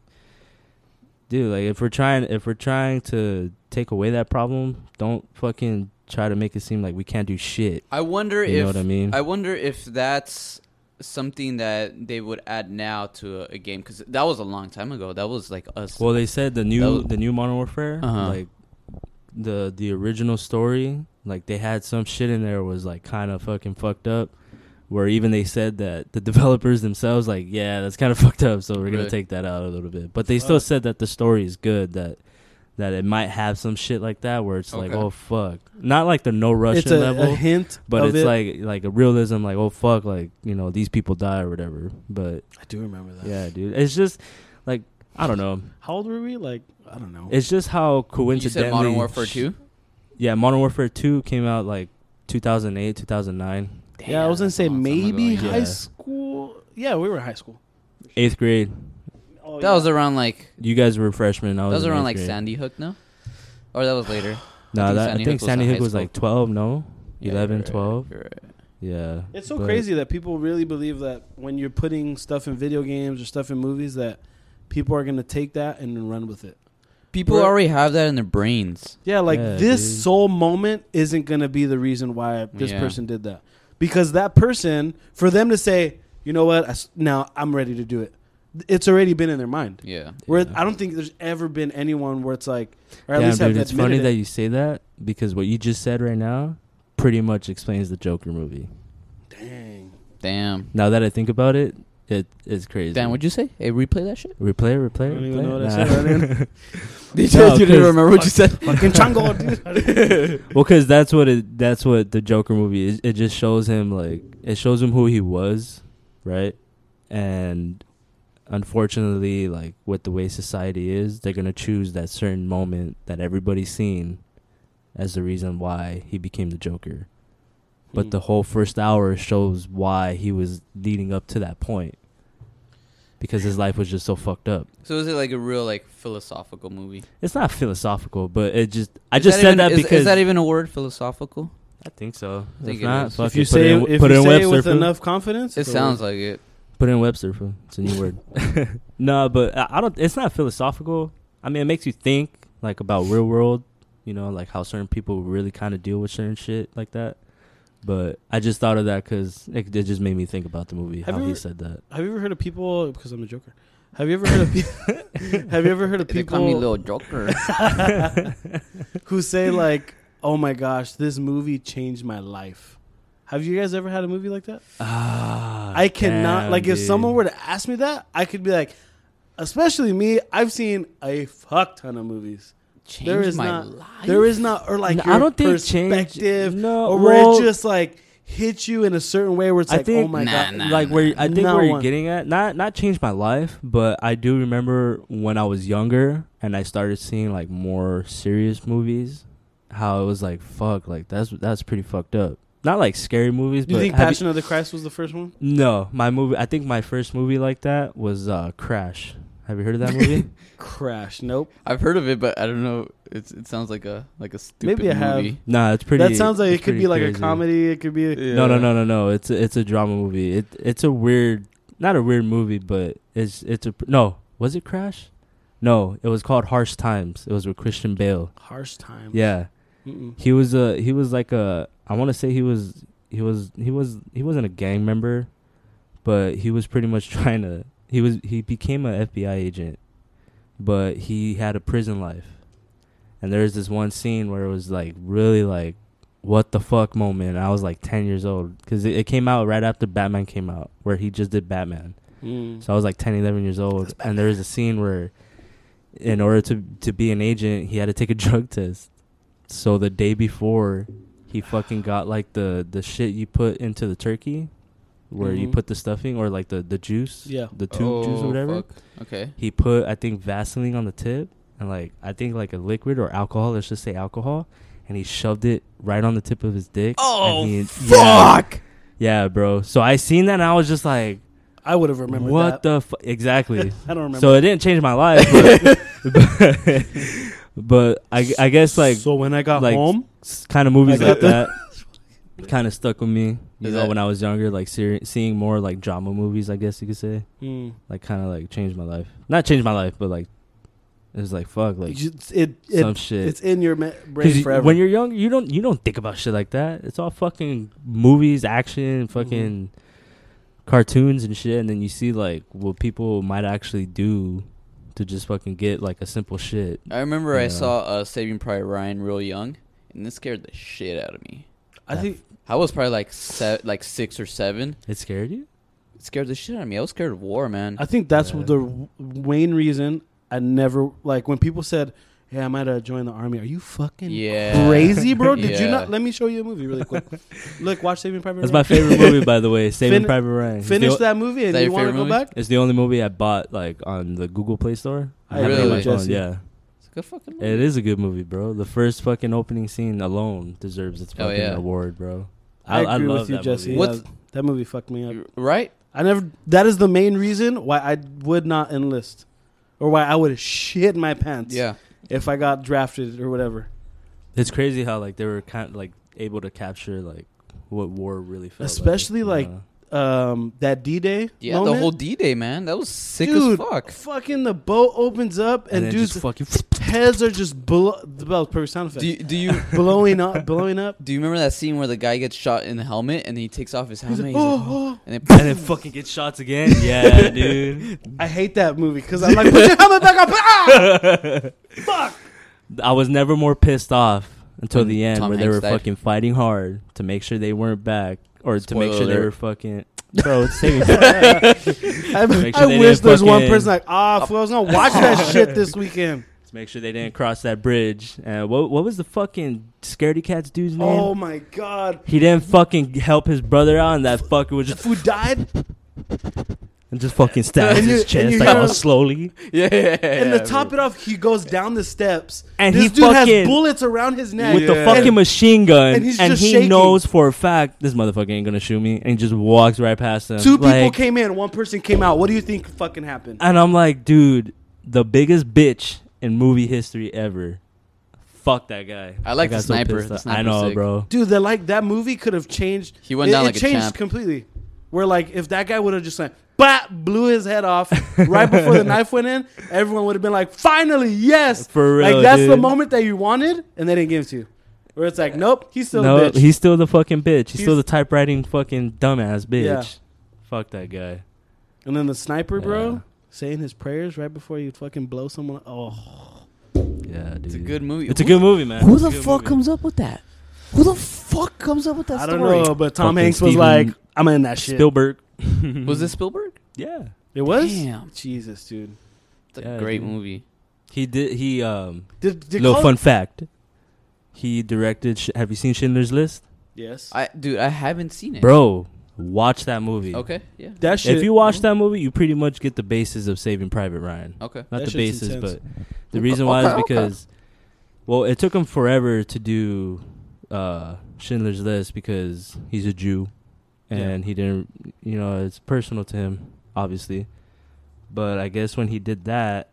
dude, like if we're trying, if we're trying to take away that problem, don't fucking try to make it seem like we can't do shit.
I wonder
You
if
know what I mean?
I wonder if that's something that they would add now to a, a game because that was a long time ago. That was like us.
well, they said the
That
new
was-
the new Modern Warfare,
Uh-huh.
like the the original story, like they had some shit in there was like kind of fucking fucked up. Where even they said that the [laughs] developers themselves, like, yeah, that's kind of [laughs] fucked up, so we're
Really?
gonna take that out a little bit. But they still
Fuck.
said that the story is good, that that it might have some shit like that where it's like,
Okay.
oh fuck, not like the no Russian
It's a,
level,
a hint,
but
of
it's
it.
like like a realism, like oh fuck, like you know these people die or whatever. But
I do remember that.
yeah, dude, it's just like I don't know.
How old were we? Like I don't know.
It's just how
you
coincidentally.
said Modern Warfare Two.
Yeah, Modern Warfare 2 came out like 2008, 2009.
yeah, I was gonna
that's
say
a long time ago,
maybe
yeah.
high
Yeah.
school. Yeah, we were in high school.
Eighth grade.
Oh,
That
yeah.
was around like
You guys were freshmen. I
that
was,
was
in
around
eighth
like
grade.
Sandy Hook, no, or that was
[sighs]
later.
No,
I think
that,
Sandy
I think
Hook was
Sandy
in
Hook
high
was
school.
like 12, no?
Yeah,
11,
you're right,
12.
you're right.
Yeah.
It's so
but-
crazy that people really believe that when you're putting stuff in video games or stuff in movies, that people are gonna take that and then run with it.
People
Bro-
already have that in their brains.
Yeah, like
Yeah,
this
dude.
sole moment isn't gonna be the reason why this
Yeah.
person did that, because that person, for them to say, you know what, I s now I'm ready to do it, it's already been in their mind.
Yeah.
Where
Yeah.
I don't think there's ever been anyone where it's like, or at
Damn,
least I've
dude, it's funny
admitted
that
it.
you say that because what you just said right now pretty much explains the Joker movie.
Dang.
Damn.
Now that I think about it, It is crazy.
Dan, what'd you say? Hey, replay that shit.
replay it, replay it,
I don't even
replay
know
it.
what I said
[laughs]
right now.
Did
No,
you didn't
'cause-
remember what you
[laughs]
said?
Fucking Chango, dude.
Well, because that's what it. That's what the Joker movie is. It just shows him like it shows him who he was, right? And unfortunately, like with the way society is, they're gonna choose that certain moment that everybody's seen as the reason why he became the Joker. [laughs]
Hmm.
But the whole first hour shows why he was leading up to that point, because his life was just so fucked up.
So is it like a real like philosophical movie?
It's not philosophical, but it just. I
Is
just said
even-
that
is-
because
is that even a word? Philosophical?
I think so.
I think
if
it
not,
is.
fuck
if you
it,
say
put it in,
if
put
you
it in
say it
Webster,
with
fool.
enough confidence,
It sounds like it.
Put in Webster. fool. It's a new word.
[laughs]
no, but I I don't. It's not philosophical. I mean, it makes you think like about real world. You know, like how certain people really kind of deal with certain shit like that. But I just thought of that because it, it just made me think about the movie.
Have
how
you
he
ever-
said that.
Have you ever heard of people? Because I'm a joker. Have you ever heard of people? [laughs] have you ever
[laughs]
heard of
They call me
people
little [laughs] joker.
who say like, "Oh my gosh, this movie changed my life"? Have you guys ever had a movie like that?
Ah,
I cannot
damn,
like if
dude.
someone were to ask me that, I could be like, especially me. I've seen a fuck ton of movies.
Changed
there is
my
not.
life.
There is not or like
No,
your
I don't think change.
perspective
No,
or where
well,
it just like hits you in a certain way where it's
I
like,
think-
oh my
Nah,
god,
nah.
like where I think
Not
where you're
one.
getting at not not changed my life, but I do remember when I was younger and I started seeing like more serious movies, how it was like fuck, like that's that's pretty fucked up. Not like scary movies,
Do you
but
think
have
Passion of the Christ was the first one?
you- no, my movie. I think my first movie like that was uh, Crash. Have you heard of that
[laughs]
movie?
Crash. Nope.
I've heard of it, but I don't know. It's it sounds like a like a stupid
Maybe I have.
movie.
nah, it's pretty.
that sounds like
it's
it could
pretty
be like a
crazy.
comedy. It could be.
No, no, no, no, no. It's a, it's a drama movie. It it's a weird, not a weird movie, but it's it's a no. Was it Crash? No, it was called Harsh Times. It was with Christian Bale.
Harsh time.
Yeah,
Mm-mm.
he was a he was like a I want to say he was he was he was he wasn't a gang member, but he was pretty much [laughs] trying to he was he became a FBI agent, but he had a prison life, and there's this one scene where it was like really like what the fuck moment. I was like ten years old because it, it came out right after Batman came out where he just did Batman.
Mm.
So I was like 10, 11 years old, and there was a scene where, in order to to be an agent, he had to take a [laughs] drug test. So the day before, he fucking got like the the shit you put into the turkey, where you
Mhm.
put the stuffing or like the the juice,
Yeah.
the tube juice or
Mm-hmm. Oh,
whatever.
fuck. Okay.
He put I think Vaseline on the tip, and like I think like a liquid or alcohol. Let's just say alcohol. And he shoved it right on the tip of his dick.
Oh,
and he, Yeah, yeah, bro. So I seen that and I was just like,
I would have remembered
what
that. [laughs]
the fu- exactly?
I don't remember.
So it didn't change my life,
[laughs]
but but, [laughs] but I, I guess like
so when I got
like-
home,
kind of movies
I got
like that
[laughs]
kind of stuck with me. You
Is
know,
that-
when I was younger, like ser- seeing more like drama movies, I guess you could say,
Mm.
like kind of like changed my life. Not changed my life, but like it was like fuck, like
You- it,
some
it,
shit.
it's in your ma-
'Cause
brain
you-
forever.
when you're young, you don't you don't think about shit like that. It's all fucking movies, action,
Mm-hmm.
fucking cartoons and shit, and then you see like what people might actually do to just fucking get like a simple shit.
I remember I
Yeah.
saw uh, Saving Private Ryan real young, and this scared the shit out of me.
I think
I was probably like se- like six or seven.
It scared you?
It scared the shit out of me. I was scared of war, man.
I think that's
Yeah.
the w- main reason I never like when people said, "Yeah, I might have joined the army." Are you fucking
Yeah. [laughs]
crazy, bro? Did you
Yeah.
not? Let me show you a movie really
[laughs]
quick. Look, watch Saving Private.
That's my
Ryan.
favorite movie, by the way. Saving
Fin-
Private Ryan. It's the
[laughs] Finish
o-
that movie, and
that
you
your
want to
favorite
go
movie?
back?
It's the only movie I bought like on the Google Play Store.
I
have it on
really?
my phone,
Jesse.
Yeah,
it's a good fucking movie.
it is a good movie, bro. The first fucking opening scene alone deserves its
Oh,
fucking
yeah.
award, bro.
I, agree
love
with you,
that
Jesse.
movie.
Yeah,
What's-
that movie fucked me up.
right.
I never. That is the main reason why I would not enlist, or why I would shit my pants.
Yeah.
if I got drafted or whatever.
It's crazy how like they were kind of like able to capture like what war really felt.
Especially,
like,
like,
you know?
Um, that D Day.
Yeah. The whole D Day, man. That was sick
Dude,
as fuck.
Fucking the boat opens up and,
then
dudes'
just
[laughs]
fucking
heads are just blow. That was perfect sound effect.
Do you, do you
blowing up, blowing up.
do you remember that scene where the guy gets shot in the helmet and he takes off his
He's
helmet?
like,
he's like,
oh, oh."
and
[laughs]
then,
and then fucking get shots again. Yeah, dude.
oh." I hate that movie because I'm like, put your helmet back up. Ah!
I was never more pissed off until
When
the end
Tom
where they
Hanks
were
died.
fucking fighting hard to make sure they weren't back or to make
Spoiler
sure they
alert. [laughs]
were fucking
bro. It's savings.
I,
Make sure
I
they
wish
didn't
there's one
fucking-
person like, ah, fool, I was gonna
[laughs]
watch that shit this weekend.
Let's make sure they didn't cross that bridge. Uh, what what was the fucking scaredy cats dude's name?
Oh my god,
He didn't fucking help his brother out, and that fucker was just
food died,
and just fucking stabbed
And you-
his
and you
chest like
hear-
all slowly.
[laughs] yeah.
and to top it off, he goes down the steps,
And
this
he
dude
fucking-
has bullets around his neck
with the
Yeah.
fucking machine gun,
And
and,
he's just
he
shaking.
knows for a fact this motherfucker ain't gonna shoot me, and he just walks right past him.
Two people
Like,
came in, one person came out. What do you think fucking happened?
and I'm like, dude, the biggest bitch in movie history ever. Fuck that guy.
I like the
got so
sniper.
pissed
The
off. I
sniper's
know,
sick.
bro.
Dude, that like that movie could have changed.
He went
it,
down
it
like a
changed
champ.
completely. Where like if that guy would have just like bat blew his
[laughs]
head off right before the knife went in, everyone would have been like, "Finally, yes!"
For real,
like that's the
dude.
moment that you wanted, and they didn't give it to you. Where it's like, nope, he's still
no,
a bitch.
he's still the fucking bitch. He's, still
He's-
the typewriting fucking dumbass bitch.
Yeah.
Fuck that guy.
and then the sniper, bro,
Yeah.
saying his prayers right before you fucking blow someone. Oh,
Yeah, dude.
It's a good movie.
It's a good movie, man.
Who
It's a
the
good
fuck
movie.
comes up with that? Who the fuck comes up with that
I don't
story?
know, but Tom
Fucking
Hanks was
Steven
like, "I'm in that shit."
Spielberg?
Who- Was this Spielberg?
[laughs] Yeah,
it was
Damn.
Jesus, dude.
It's a
Yeah,
great
dude.
movie.
he did. He um.
Did, did
Little
Colin-
fun fact. He directed. Sh- have you seen Schindler's List,
Yes,
I dude, I haven't seen it.
bro? Watch that movie.
Okay. Yeah.
that shit.
If you watch that movie, you pretty much get the basis of Saving Private Ryan.
Okay.
Not the
That shit's
basis,
intense.
but the reason why is
okay, okay.
because, well, it took him forever to do uh, Schindler's List because he's a Jew, and he didn't. You know, it's personal to him, obviously. But I guess when he did that,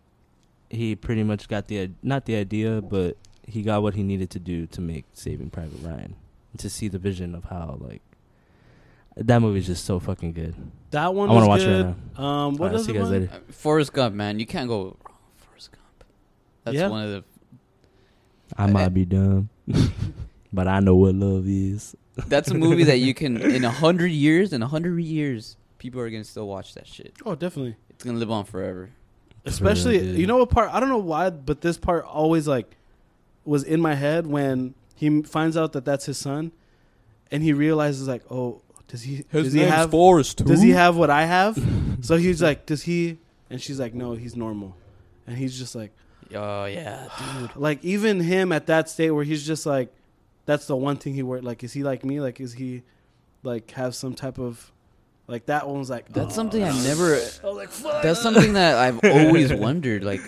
he pretty much got the i- not the idea, but he got what he needed to do to make Saving Private Ryan to see the vision of how like that movie's just so fucking good.
that one,
I wanna
want to
watch it
good.
right
Um, what
Alright,
other
see you guys
one?
later.
Uh, Forrest Gump, man, you can't go wrong. with Forrest Gump. That's
Yeah.
one of the
I might be [laughs] dumb, but I know what love is.
That's a movie that you can in a hundred years, in a hundred years, people are gonna still watch that shit.
Oh, definitely.
It's gonna live on forever.
Especially,
dude.
you know what part? I don't know why, but this part always like was in my head when he m- finds out that that's his son, and he realizes like, oh, does he? does he have?
Forrest.
Does he have what
[laughs]
I have? so he's like, does he? And she's like, no, he's normal. And he's just like,
Oh yeah, dude.
like even him at that state where he's just like, that's the one thing he worked. Like, is he like me? Like, is he, like, have some type of, like that one was like,
That's
oh,
something
that
I
was-
never.
I was like, fuck.
That's something that I've always wondered. Like,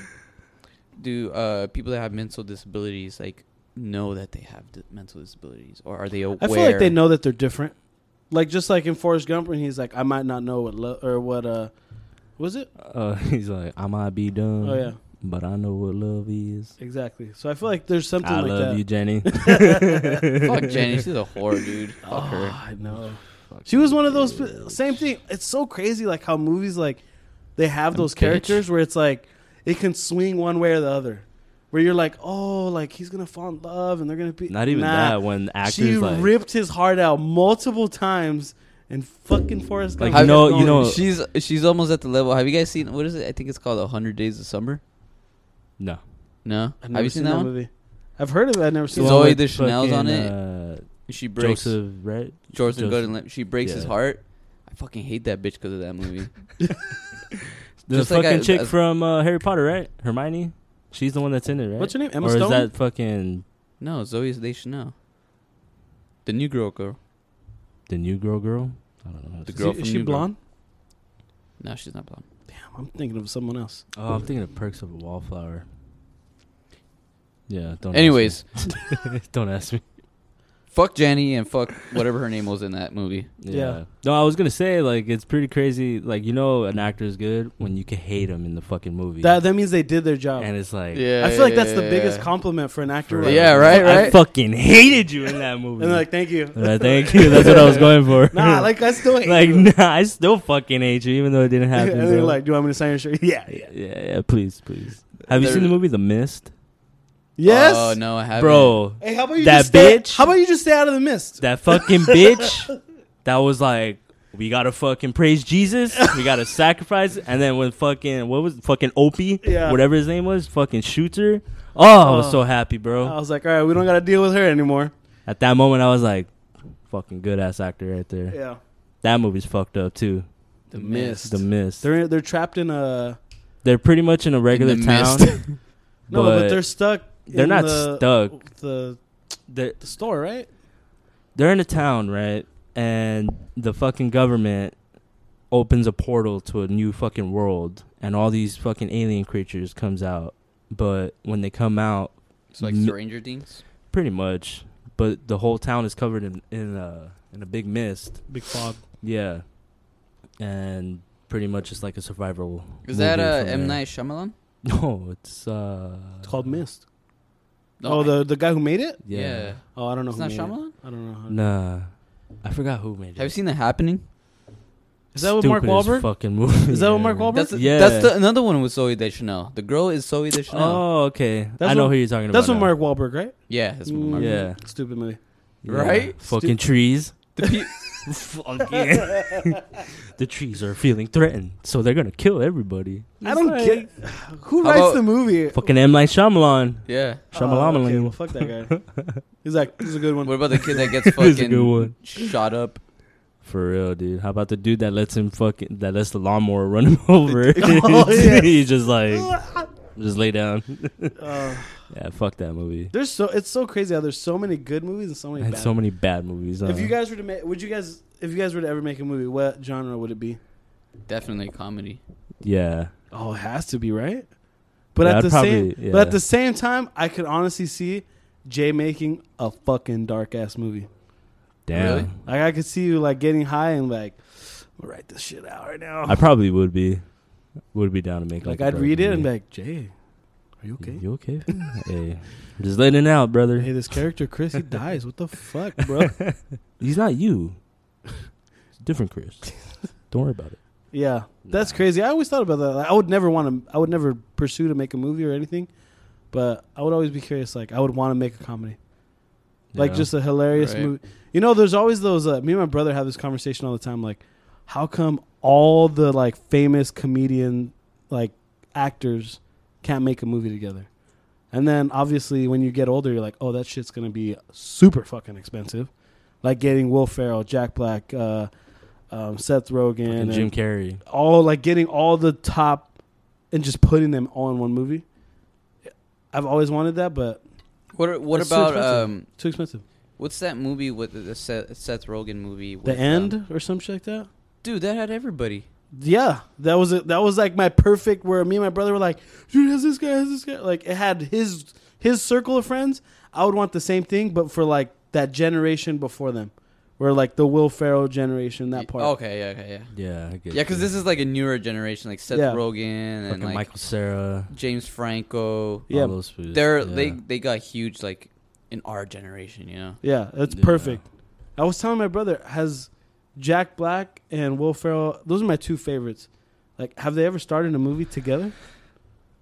do uh, people that have mental disabilities like know that they have d- mental disabilities, or are they aware?
I feel like they know that they're different. Like just like in Forrest Gump, when he's like, I might not know what love or what uh, was it?
Uh, [laughs] he's like, I might be dumb.
Oh yeah,
But I know what love is.
exactly. So I feel like there's something
I
like
love
that.
[laughs]
you, Jenny. [laughs]
Fuck Jenny, she's a whore, dude. Fuck
oh,
her.
I know. She was one of those same thing. It's so crazy, like how movies like they have those
bitch.
characters where it's like it can swing one way or the other. Where you're like, oh, like he's gonna fall in love, and they're gonna be
Not even
Nah.
that. When actors
She
like,
ripped his heart out multiple times, and fucking Forrest Gump.
Like, you
kept
know- you
going.
know-
she's she's almost at the level. Have you guys seen what is it? I think it's called Hundred Days of Summer.
no.
No,
I've
have
never
you seen, that, one?
movie. I've heard of it. I've never seen
Zoe
it.
the Chanel's on it.
Uh,
She breaks
Joseph, right?
Jordan
Joseph.
Gordon. Levitt. She breaks his
Yeah.
heart. I fucking hate that bitch because of that [laughs] movie.
The
Just like
fucking
I-
chick
I-
from uh, Harry Potter, right? Hermione. She's the one that's in it, right?
What's her name? Emma
or
Stone.
is that fucking
no, Zoe's They Chanel. The new girl, girl.
the new girl? Girl. I don't know. how
The
to
Is
say
girl
she-
from
is she
New Girl.
blonde?
No, she's not blonde.
Damn, I'm thinking of someone else.
it. Oh, I'm thinking of Perks of a Wallflower. Yeah. Don't. ask me.
Anyways,
don't ask me. [laughs]
fuck Jenny and fuck whatever her name was in that movie.
Yeah.
Yeah.
No, I was gonna say like it's pretty crazy. Like you know, an actor is good when you can hate him in the fucking movie.
That that means they did their job.
and it's like,
Yeah,
I feel like that's the
yeah,
biggest
yeah.
compliment for an actor.
For
Like,
Yeah, right,
I
right.
fucking hated you in
[laughs]
that movie.
And they're like, thank you.
But thank you. That's what I was going for.
[laughs] nah, like I
[laughs]
still hate
like
you.
nah, I still fucking hate you, even though it didn't
[laughs] and
happen.
they're
bro. Oh,
like, do you want me to sign your shirt? [laughs] Yeah, yeah.
yeah, yeah, please, please. Have you seen the
There-
movie The Mist,
Yes.
Oh no, I haven't.
bro?
Hey, how about you
That
just stay,
bitch?
How about you just stay out of the mist?
That fucking bitch. That was like. We gotta fucking praise Jesus. We gotta sacrifice, and then when fucking what was fucking Opie,
Yeah.
whatever his name was, fucking shooter. Oh, I was
Oh.
so happy, bro.
I was like, all right, we don't got to deal with her anymore.
At that moment, I was like, fucking good ass actor right there.
Yeah.
That movie's fucked up too.
The Mist.
The Mist. They're,
They're they're trapped in a
pretty much in a regular
The
town.
Mist.
no, but, they're stuck.
they're
in
not
the,
stuck.
The
They're,
the store, right?
they're in a town, right? And the fucking government opens a portal to a new fucking world, and all these fucking alien creatures comes out. But when they come out,
it's like
Mm.
Stranger Things.
pretty much, but the whole town is covered in in uh, in a big mist.
Big fog.
Yeah, and pretty much it's like a survival.
Is that
movie
uh,
from
M
there. [laughs]
Night Shyamalan?
No, it's uh.
It's called Mist.
No,
oh,
I-
the the guy who made it.
yeah.
Yeah.
Oh, I don't know.
It's
who
not
made It.
Shyamalan.
I don't know. How
Nah, I forgot who made it.
Have you seen The Happening?
Is that with Mark
Stupidest
Wahlberg?
Fucking movie.
Is that with Mark
ever.
Wahlberg?
That's
Yeah.
that's the, another one with Zoe Deschanel. The girl is Zoe Deschanel.
Oh, okay.
That's
I know
what-
who you're talking about.
That's what
now.
Mark Wahlberg, right?
Yeah, that's
Mm,
Mark.
Yeah.
Stupid movie.
Yeah.
Right?
Fucking trees.
The pe-
[laughs] Fucking. [laughs] the trees are feeling threatened, so they're gonna kill everybody.
I don't get who
How
writes
about-
the movie.
Fucking M Night Shyamalan.
yeah.
Shyamalan.
Oh, okay, well, fuck that guy.
[laughs]
He's like, this is a good one.
What about the kid that gets
That's a good
fucking
one.
shot up?
For real, dude. How about the dude that lets him fucking that lets the lawnmower run him [laughs] over?
Oh, yeah.
He's just like
[laughs]
just lay down.
Uh,
Yeah, fuck that movie.
there's so it's so crazy how there's so many good movies and so many
And
bad.
so many bad movies. Huh?
if you guys were to make, would you guys, if you guys were to ever make a movie, what genre would it be?
Definitely comedy.
yeah,
Oh, it has to be right. But
Yeah,
at
I'd
the
probably-
same, but
yeah.
at the same time, I could honestly see Jay making a fucking dark ass movie.
damn.
Really?
Like I could see you like getting high and like, I'm gonna write this shit out right now.
I probably would be would be down to make
like
like,
I'd read it and be
like,
like, Jay, are you okay?
you okay? [laughs] hey, I'm just letting it out, brother.
Hey, this character Chris,
[laughs]
he dies. What the fuck, bro?
He's not you. It's a different Chris. Don't worry about it.
Yeah, that's crazy. I always thought about that. Like, I would never want to. I would never pursue to make a movie or anything, but I would always be curious. Like I would want to make a comedy, like
Yeah.
just a hilarious
Right.
movie. You know, there's always those. Uh, me and my brother have this conversation all the time. Like, how come all the like famous comedian like actors can't make a movie together? And then obviously when you get older, you're like, oh, that shit's gonna be super fucking expensive. Like getting Will Ferrell, Jack Black, uh, um, Seth Rogen,
and
and
Jim Carrey.
all like getting all the top and just putting them all in one movie. I've always wanted that, but
What are, what
It's too
about
expensive.
um?
too expensive.
What's that movie with the- the Seth, Seth Rogen movie?
The
With,
end
um,
or some shit like that.
dude, that had everybody.
Yeah, that was it. That was like my perfect. Where me and my brother were like, dude, has this guy, has this guy. Like it had his his circle of friends. I would want the same thing, but for like that generation before them, where like the Will Ferrell generation, that
Y-
part.
Oh, Okay, yeah, okay, yeah,
Yeah, I get
yeah. Because this is like a newer generation, like Seth
Yeah.
Rogen and
fucking
like
Michael Sarah.
James Franco.
Yeah.
all those foods.
They're
yeah.
they they got huge like in our generation, you know.
Yeah, that's
Yeah.
perfect. I was telling my brother, has Jack Black and Will Ferrell, those are my two favorites. Like, have they ever started a movie together?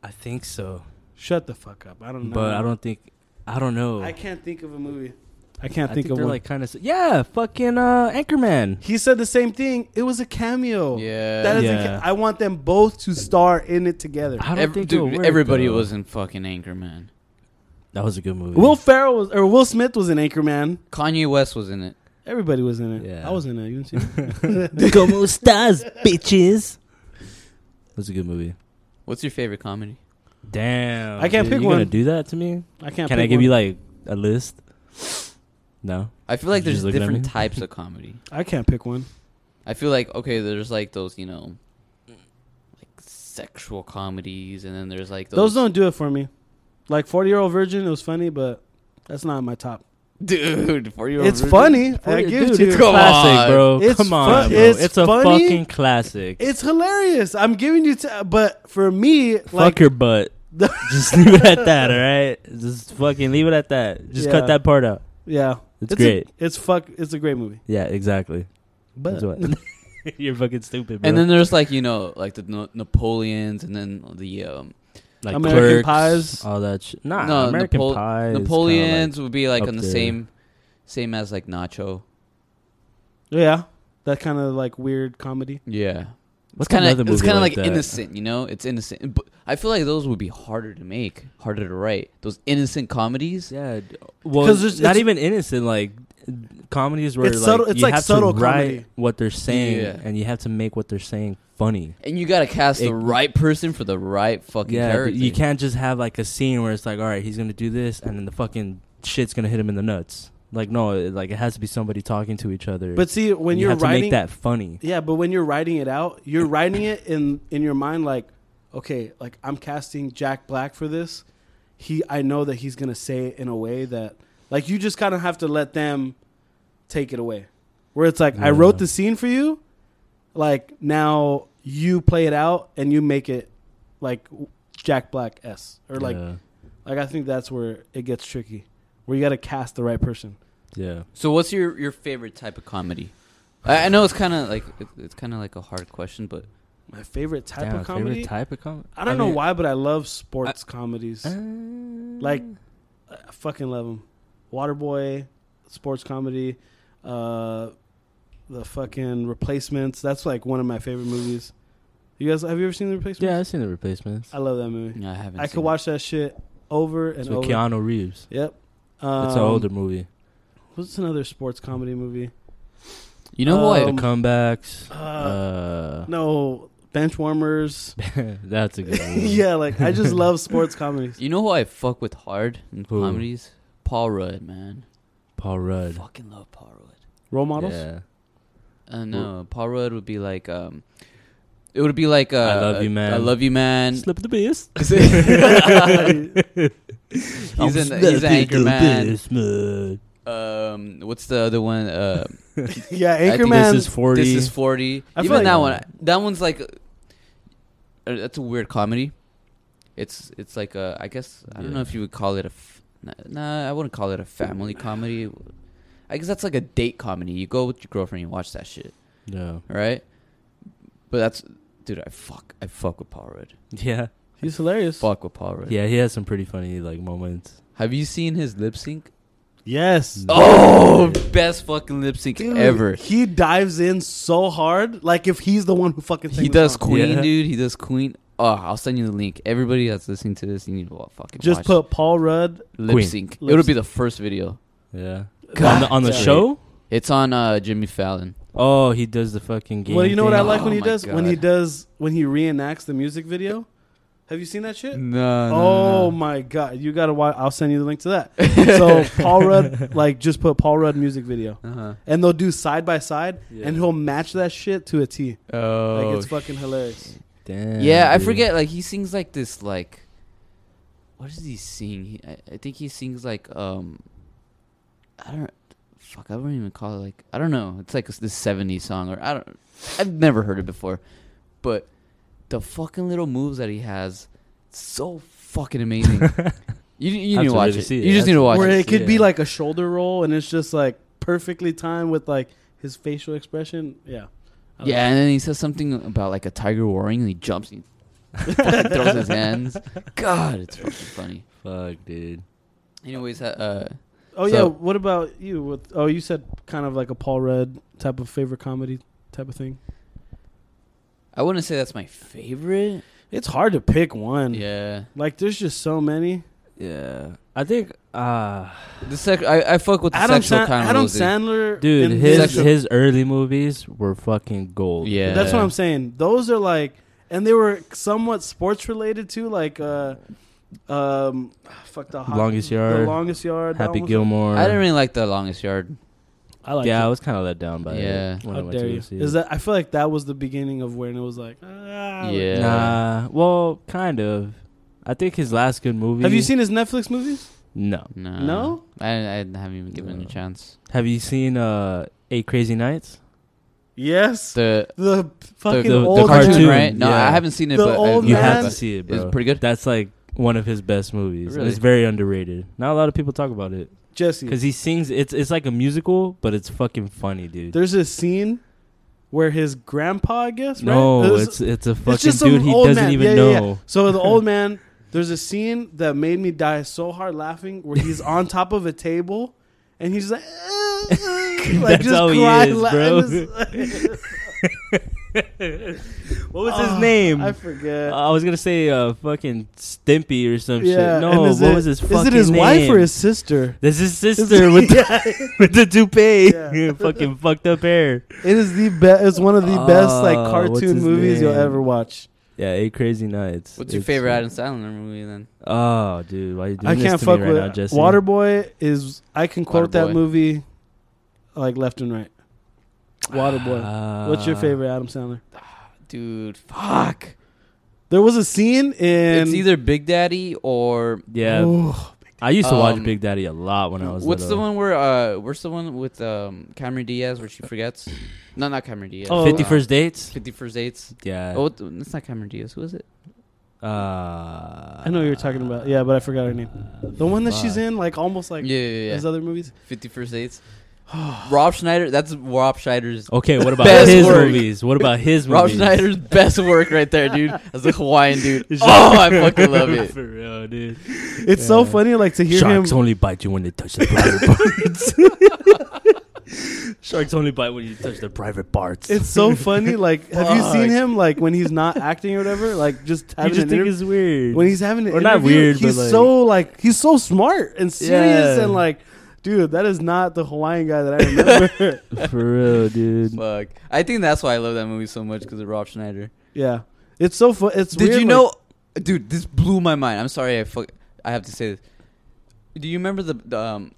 I think so,
Shut the fuck up. I don't know.
but I don't think I don't know.
I can't think of a movie. I can't
I
think, of
they're
one.
like kind of yeah, fucking uh, Anchorman.
he said the same thing. It was a cameo.
Yeah,
Oh. That is a
Yeah.
ca- I want them both to star in it together.
I don't
Ev-
think it'll
dude,
work,
everybody
though.
was in fucking Anchorman.
That was a good movie.
[laughs] Will Ferrell was, or Will Smith was in Anchorman.
Kanye West was in it.
Everybody was in it.
Yeah.
I was in it.
[laughs]
You didn't see
[laughs]
it?
Como estas, bitches? That's a good movie.
What's your favorite comedy?
Damn,
I can't
dude,
pick
you
one.
Gonna do that to me?
I can't.
Can I
pick
give
one.
you like a list? No.
I feel like
You just
there's
looking at
different
me?
types of comedy.
I can't pick one.
I feel like okay, there's like those you know, like sexual comedies, and then there's like
Those
those.
don't do it for me. Like Forty Year Old Virgin, it was funny, but that's not my top.
[laughs] dude, for you,
It's funny. I
Dude,
give
it's
to you.
a
Come
classic,
on.
bro.
It's
Come on,
fu-
bro. It's,
it's
a
funny.
fucking classic.
It's hilarious. I'm giving you, t- but for me, like,
Fuck your
[laughs]
butt. just leave it at that, all right? Just fucking leave it at that. Just
Yeah.
cut that part out.
yeah,
It's,
a-
great.
it's fuck. It's a great movie.
yeah, exactly.
But
That's
[laughs]
what. [laughs] You're fucking stupid, bro.
And then there's like you know like the no- Napoleons, and then the um,
like
American
Clerks,
Pies.
all that shit. Nah,
No,
American
Napo-
Pie. is kinda
Napoleons would be like
up
on the
there.
same, same as like Nacho.
yeah, that kind of like weird comedy.
Yeah,
What's
it's kind of
another
it's
movie
kind of like,
that?
innocent, you know? It's innocent. But I feel like those would be harder to make, harder to write. Those innocent comedies.
Yeah. d- Well,
'Cause there's-
not
it's-
even innocent. Like comedy is where
It's
like,
subtle- it's
you
like
have
subtle
to write
comedy.
what they're saying,
Yeah.
and you have to make what they're saying funny.
And you gotta cast
It-
the right person for the right fucking
yeah, but
character.
you can't just have like a scene where it's like, all right, he's gonna do this, and then the fucking shit's gonna hit him in the nuts. Like no, it, like it has to be somebody talking to each other.
But see, when
you
you're
have to
writing
make that funny.
Yeah, but when you're writing it out, you're writing it in in your mind like, okay, like I'm casting Jack Black for this. He I know that he's going to say it in a way that like you just kind of have to let them take it away. Where it's like I wrote
Yeah.
the scene for you, like now you play it out and you make it like Jack Black S or like
yeah,
like I think that's where it gets tricky. Where you got to cast the right person.
yeah.
So, what's your your favorite type of comedy? I, I know it's kind of like it, it's kind of like a hard question, but
My favorite type
Damn,
of comedy.
Favorite type of comedy.
I don't know why, but I love sports
Uh,
comedies.
why.
Like, I fucking love them. Waterboy, sports comedy, uh, the fucking replacements. That's like one of my favorite movies. You guys, have you ever seen the replacements?
yeah, I've seen the replacements.
I love that movie.
no, I haven't.
I
seen
could
it.
watch that shit over and
It's
over.
with Keanu Reeves.
Yep. Um,
it's an older movie.
What's another sports comedy movie?
You know what?
um,
the comebacks.
uh,
Uh,
No, Benchwarmers.
[laughs] that's
[laughs]
a good one.
yeah, like I just love sports comedies.
You know who I fuck with hard in
Who?
comedies? Paul Rudd, man.
Paul Rudd.
Fucking love Paul Rudd.
Role models.
Yeah.
Uh, no, Paul Rudd would be like, um, it would be like, uh,
I love you, man.
I love you, man.
Slip the base. [laughs]
he's in, the, he's an anchor man. Um, what's the other one? Uh,
yeah,
I think
Anchorman.
This is 40.
This is forty.
I feel
Even
like-
that one. That one's like, uh, that's a weird comedy. It's it's like a I guess I don't know
Yeah.
if you would call it a. F- nah, nah, I wouldn't call it a family comedy. I guess that's like a date comedy. You go with your girlfriend, you watch that shit,
yeah.
all right? But that's, dude, I fuck, I fuck with Paul Rudd.
Yeah.
he's hilarious.
Fuck with Paul Rudd.
Yeah, he has some pretty funny like moments.
Have you seen his lip sync?
Yes.
Oh, best fucking lip sync
Dude,
ever.
He dives in so hard. Like if he's the one who fucking sang
He
the
does
song.
Queen,
Yeah.
dude. He does Queen. Oh, I'll send you the link. Everybody that's listening to this, you need to wa- fucking
Just
watch
put Paul Rudd.
lip
Queen.
sync.
Lip
It'll be the first video.
Yeah. on
God
the, on the
damn.
show?
It's on uh, Jimmy Fallon.
Oh, he does the fucking game.
Well, you know what I
thing.
like when
Oh
he
my
does when he
God.
does when he reenacts the music video. Have you seen that shit?
No.
Oh my god, you gotta watch. I'll send you the link
[laughs]
to that. so Paul Rudd, like, just put Paul Rudd music video,
Uh-huh.
and they'll do side by side,
Yeah.
and he'll match that shit to a T.
Oh.
Like it's fucking hilarious.
Damn,
yeah, I
dude.
forget. Like he sings like this. Like, what does he sing? He, I, I think he sings like um, I don't. Fuck, I wouldn't even call it like I don't know. It's like this '70s song, or I don't. I've never heard it before, but the fucking little moves that he has, so fucking amazing. you you
Have
need to
to
watch
really
it.
see it.
You just need to
That's-
watch
Where
it.
it could be
yeah.
like a shoulder roll, and it's just like perfectly timed with like his facial expression. Yeah. I
Yeah, and then he says something about like a tiger roaring, and he jumps and he [laughs] fucking throws his hands. God, it's fucking funny.
Fuck, dude.
Anyways, uh, uh,
Oh
So-
yeah. What about you? With oh, you said kind of like a Paul Rudd type of favorite comedy type of thing.
I wouldn't say that's my favorite.
It's hard to pick one.
Yeah,
Like there's just so many.
Yeah. I think uh
the sec- I I fuck with the
Adam,
sexual
San- Adam
convos, dude.
Sandler,
dude,
and
his
Sexual-
his early movies were fucking gold.
Yeah.
That's what I'm saying. Those are like, and they were somewhat sports related too. Like, uh, um, fuck the hot-
Longest
the
Yard,
longest yard, that
Happy
one was-
Gilmore.
I didn't really like the longest yard.
I like.
yeah, I
it.
was kind of let down by
Yeah.
it. when I
How
went
dare
to go
you?
see it.
Is that I feel like that was the beginning of when it was like, ah, like-
Yeah.
Nah, well, kind of. I think his last good movie.
Have you seen his Netflix movies?
No.
No,
No?
I I haven't even given
No.
it a chance.
Have you seen uh Eight Crazy Nights?
Yes.
The
The fucking
the
old
cartoon,
man.
right? No,
yeah.
I haven't seen it.
The
but
old
I,
You have
Man.
to see it,
It's
bro.
pretty good.
That's like one of his best movies.
Really?
It's very underrated. Not a lot of people talk about it
Jesse.
because he sings. It's it's like a musical, but it's fucking funny, dude.
There's a scene where his grandpa, I guess,
no,
right? There's-
it's it's a fucking
just some
dude. He
old
doesn't
man.
even
Yeah, yeah, yeah.
know.
so
[laughs]
the old man. There's a scene that made me die so hard laughing, where
[laughs]
he's on top of a table, and he's like, like
That's
just
how he
cry,
is,
la-
bro.
and it's-
what was
Ah,
his name?
[laughs] I
I
forget.
was gonna say uh, fucking Stimpy or some shit. No,
and
what
is it-
was his fucking
Is it his
name?
wife or his sister?
This is his
Is [laughs]
sister
it-
with, the, with the toupee, [laughs]
Yeah.
fucking fucked up hair.
It is the best. It's one of the best like
Oh, what's
cartoon
his
movies you'll
name?
ever watch.
Yeah, eight crazy nights.
What's your
It's-
favorite Adam Sandler movie then?
Oh, dude, why you doing
I
this
can't
to
fuck
me right
with
now, Jesse?
Waterboy. Is I can quote that
Waterboy.
movie like left and right. Waterboy.
Ah.
What's your favorite Adam Sandler?
Dude, fuck.
There was a scene in
it's either Big Daddy or
Yeah,
Oh,
I used to watch
Um,
Big Daddy a lot when I was.
what's the
little.
one where uh where's the one with um Cameron Diaz where she forgets? No, not Cameron Diaz.
Oh,
Fifty First Dates.
Fifty First Dates.
uh, Yeah.
Oh, th- it's not Cameron Diaz. Who is it?
Uh,
I know what you're talking about. Yeah, but I forgot her name. The one that she's in, like almost like
yeah, yeah,
his
yeah.
other movies.
Fifty First
[sighs]
Dates. Rob Schneider. That's Rob Schneider's.
Okay,
[laughs]
what about
Best
his
work.
movies? What about his
Rob
movies?
[laughs]
Schneider's best work right there, dude. As a Hawaiian dude. Oh, I fucking
[laughs]
[laughs]
love it.
For real, dude.
It's so funny, like to hear
Sharks
him.
only bite you when they touch the private
[laughs]
parts. Sharks only bite when you touch their private parts. [laughs]
It's so funny. Like, have you
Fuck.
seen him? Like when he's
[laughs]
not acting or whatever. Like just
you
having
just
an
think
interview.
it's weird.
when he's having an
Or not
interview,
weird, but,
he's
like-
so like he's so smart and serious
Yeah.
and like, dude, that is not the Hawaiian guy that I
[laughs]
remember.
for real, dude.
Fuck. I think that's why I love that movie so much because of Rob Schneider.
yeah, it's so fun. It's
Did
weird,
you know,
like-
dude? This blew my mind. I'm sorry. I fuck. I have to say this. Do you remember the, the um?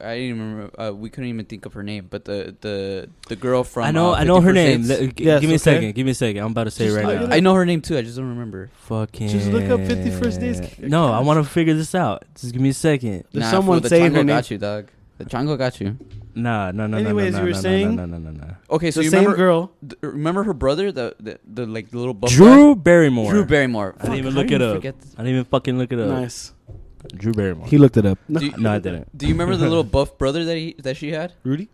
I didn't remember. Uh, we couldn't even think of her name, but the the the girl from
I know,
uh,
I know her
50%
name.
Saints.
Let- g-
Yes,
give me
okay.
a second. Give me a second. I'm about to say
Just
it
look
right
it
now.
up.
I know her name too. I just don't remember.
Fucking.
Just look up 51st Days.
No, I want to figure this out. Just give me a second.
There's
Nah,
someone
fool, the
saying
Chango
her name.
got you, dog. The Chango got you.
Nah, no, no, no,
Anyways,
no, no,
you were
no,
saying-
no, no, no, no, no.
Okay, so
the
you
same
remember
girl.
[laughs]
th- remember her brother, the the, the like the little buff guy?
Drew Barrymore.
Drew Barrymore.
I didn't even
how
look
do
it
you
up.
forget this?
I didn't even fucking look it up.
Nice.
Drew Barrymore.
looked it up. No.
Do you-
[laughs] no, I didn't.
Do you remember the
[laughs]
little buff brother that he that she had?
Rudy?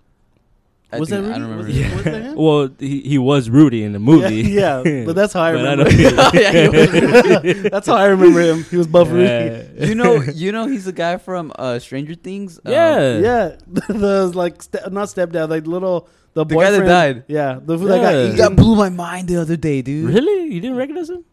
I
Was
think-
that
I don't
Rudy?
remember.
Was
his
it-
name.
was [laughs] that him?
Well, he, he was Rudy in the movie.
Yeah,
[laughs]
yeah, but that's how I
But I
remember.
don't- [laughs] Yeah, he
him. [laughs] that's how I remember him. He was Buff Rudy. [laughs]
you know, you know, he's the guy from uh, Stranger Things. Um,
[laughs] Yeah.
Yeah, [laughs] the like ste- not stepdad, like little the,
The guy that
boyfriend.
died.
Yeah, the fool that
Yeah.
got
that
eaten.
blew my mind the other day, dude.
Really? You didn't recognize him?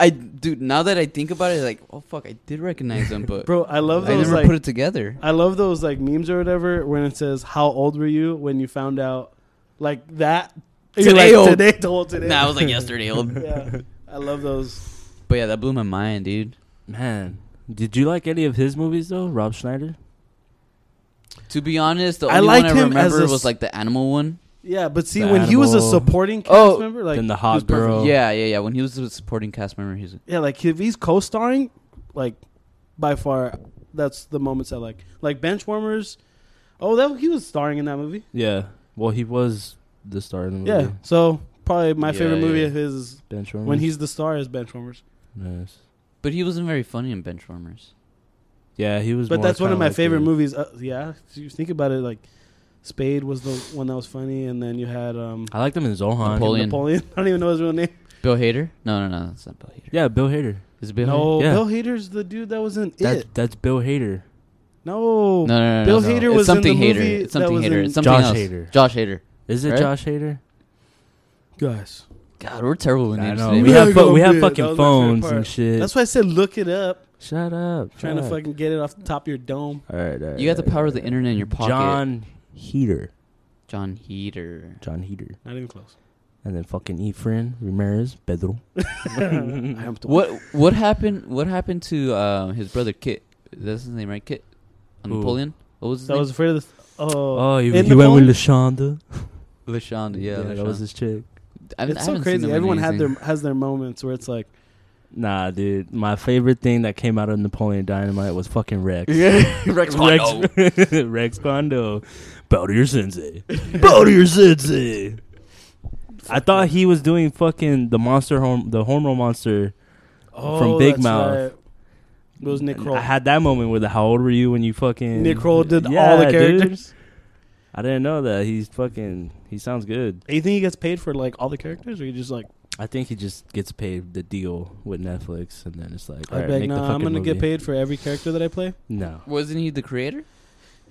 I dude, now that I think about it, like, oh fuck, I did recognize him,
[laughs]
but
Bro, I love
I
those
never
like
put it together.
I love those like memes or whatever when it says how old were you when you found out like that You're
Today
like,
old.
today told today.
Nah, I was like yesterday old.
[laughs] yeah, I love those.
But yeah, that blew my mind, dude.
Man, did you like any of his movies though, Rob Schneider?
To be honest, the
I
only
like
one I
him as
remember
a s-
was like the animal one.
Yeah, but see
The
when he was a
animal.
supporting cast
Oh,
member, like
then the
he
hot
was perfect.
girl.
Yeah, yeah, yeah. When he was a supporting cast member, he's
yeah, like if he's co-starring, like by far that's the moments I like. Like Benchwarmers. Oh, that he was starring in that movie.
Yeah. Well, he was the star in the movie.
Yeah, so probably my
Mm-hmm. Yeah,
favorite movie
yeah.
of his is
Benchwarmers.
when he's the star is Benchwarmers.
Nice.
but he wasn't very funny in Benchwarmers.
Yeah, he was.
But
more
that's one of
kinda
my
like
favorite
the-
movies. Uh, yeah, if you think about it, like Spade was the one that was funny, and then you had um,
I liked him in Zohan.
Napoleon.
Napoleon. [laughs] I don't even know his real name.
Bill Hader? No, no, no, that's not Bill Hader.
Yeah, Bill Hader.
Is it Bill?
no,
Hader? Yeah.
Bill Hader's the dude that was in
That,
it.
that's Bill Hader.
No,
Hader? No, no, no, no.
Bill
no.
Hader
It's
was in
something
the
Hader.
movie
It's something
that was
Hader.
in-
It's something
Josh
else.
Hader.
Josh Hader.
Is it
Right?
Josh Hader?
guys.
God, we're terrible with
I
names.
know.
today.
We
Yeah,
have fu-
Oh, go
we have
big. That
fucking
was my favorite
phones
part.
and shit.
That's why I said look it up.
Shut up.
Trying to
fuck.
fucking get it off the top of your dome.
All right, all right.
You got the
all right,
power of
all
the
right.
internet in your pocket.
John Heater.
John Heater.
John Heater.
Not even
[laughs]
close. [laughs]
And then fucking Efren Ramirez Pedro.
I am the
What what happened? What happened to uh, his brother Kit? That's his name, right? Kit
Who?
Napoleon. What was his
That was
name?
afraid of this. Oh,
Oh, he,
in
he went with
Napoleon?
Lashonda.
Lashonda. Yeah,
that was his chick.
I, haven't- I
it's so
haven't seen
crazy.
him in
Everyone had their
anything.
has their moments where it's like,
Nah, dude. My favorite thing that came out of Napoleon Dynamite was fucking
[laughs]
Rex.
Yeah, Rex Kondo.
Rex, [laughs] Rex Kondo. Bow to your
[laughs]
sensei. Bow to your sensei. I thought he was doing fucking the monster horm the hormone monster.
oh,
Big
that's
Mouth.
right. It was Nick Kroll.
I had that moment with the how old were you when you fucking
Nick Kroll did
Yeah,
all the
dude.
characters.
I didn't know that. He's fucking he sounds good.
You think he gets paid for like all the characters, or you just like
I think he just gets paid the deal with Netflix and then it's like
I
alright,
beg?
make the
No,
fucking
I'm gonna get
movie.
paid for every character that I play.
[laughs] No.
Wasn't he the creator?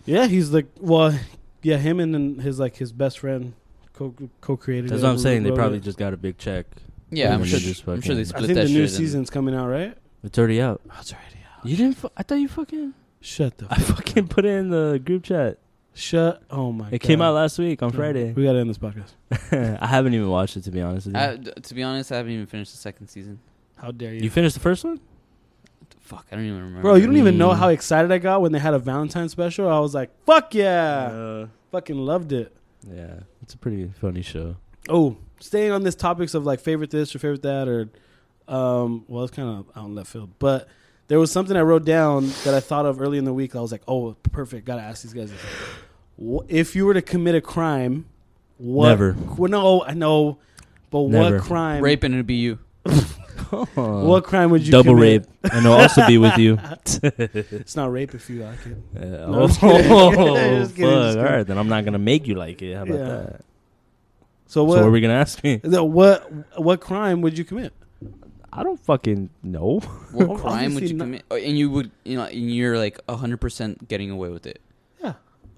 Yeah, he's like well, yeah, him and then his like his best friend
co co created.
That's what I'm saying. They probably just got a big check.
Yeah, I'm
And
sure.
they just
I'm sure they
fucking-
I
split
think the
that
new
shit. and-
season's coming out, right?
It's already out.
Oh, it's already out.
You didn't. Fu- I thought you fucking. [laughs]
Shut the.
I fucking put it in the group chat.
Shut. Oh my.
It came
God.
out last week on Friday.
We gotta end this podcast.
[laughs] I haven't even watched it to be honest with you.
I, d- to be honest, I haven't even finished the second season.
How dare you?
you finished the first one?
Fuck, I don't even remember.
Bro, you don't even know
Mm.
how excited I got when they had a Valentine's special. I was like, fuck yeah.
Uh,
Fucking loved it.
yeah, it's a pretty funny [laughs] show.
Oh, staying on this topics of like favorite this or favorite that or um well it's kind of out in left field. But there was something I wrote down that I thought of early in the week. I was like, oh perfect, gotta ask these guys. this. Wh- If you were to commit a crime, what
Never.
Well, no, I know. But
Never.
what crime
Raping it'd be you.
what crime would you
Uh, Double
commit?
rape, and I'll also be with [laughs] you.
It's not rape if you like it.
Uh, oh, [laughs]
No, just kidding. Just kidding,
fuck.
just kidding.
All right, then I'm not gonna make you like it. How about
Yeah.
that?
So what
so what were we gonna ask me?
No, what what crime would you commit?
I don't fucking
[laughs]
know.
What
Well,
crime would
obviously
you
not-
commit? Oh, And you would, you know, and you're like 100 percent getting away with it.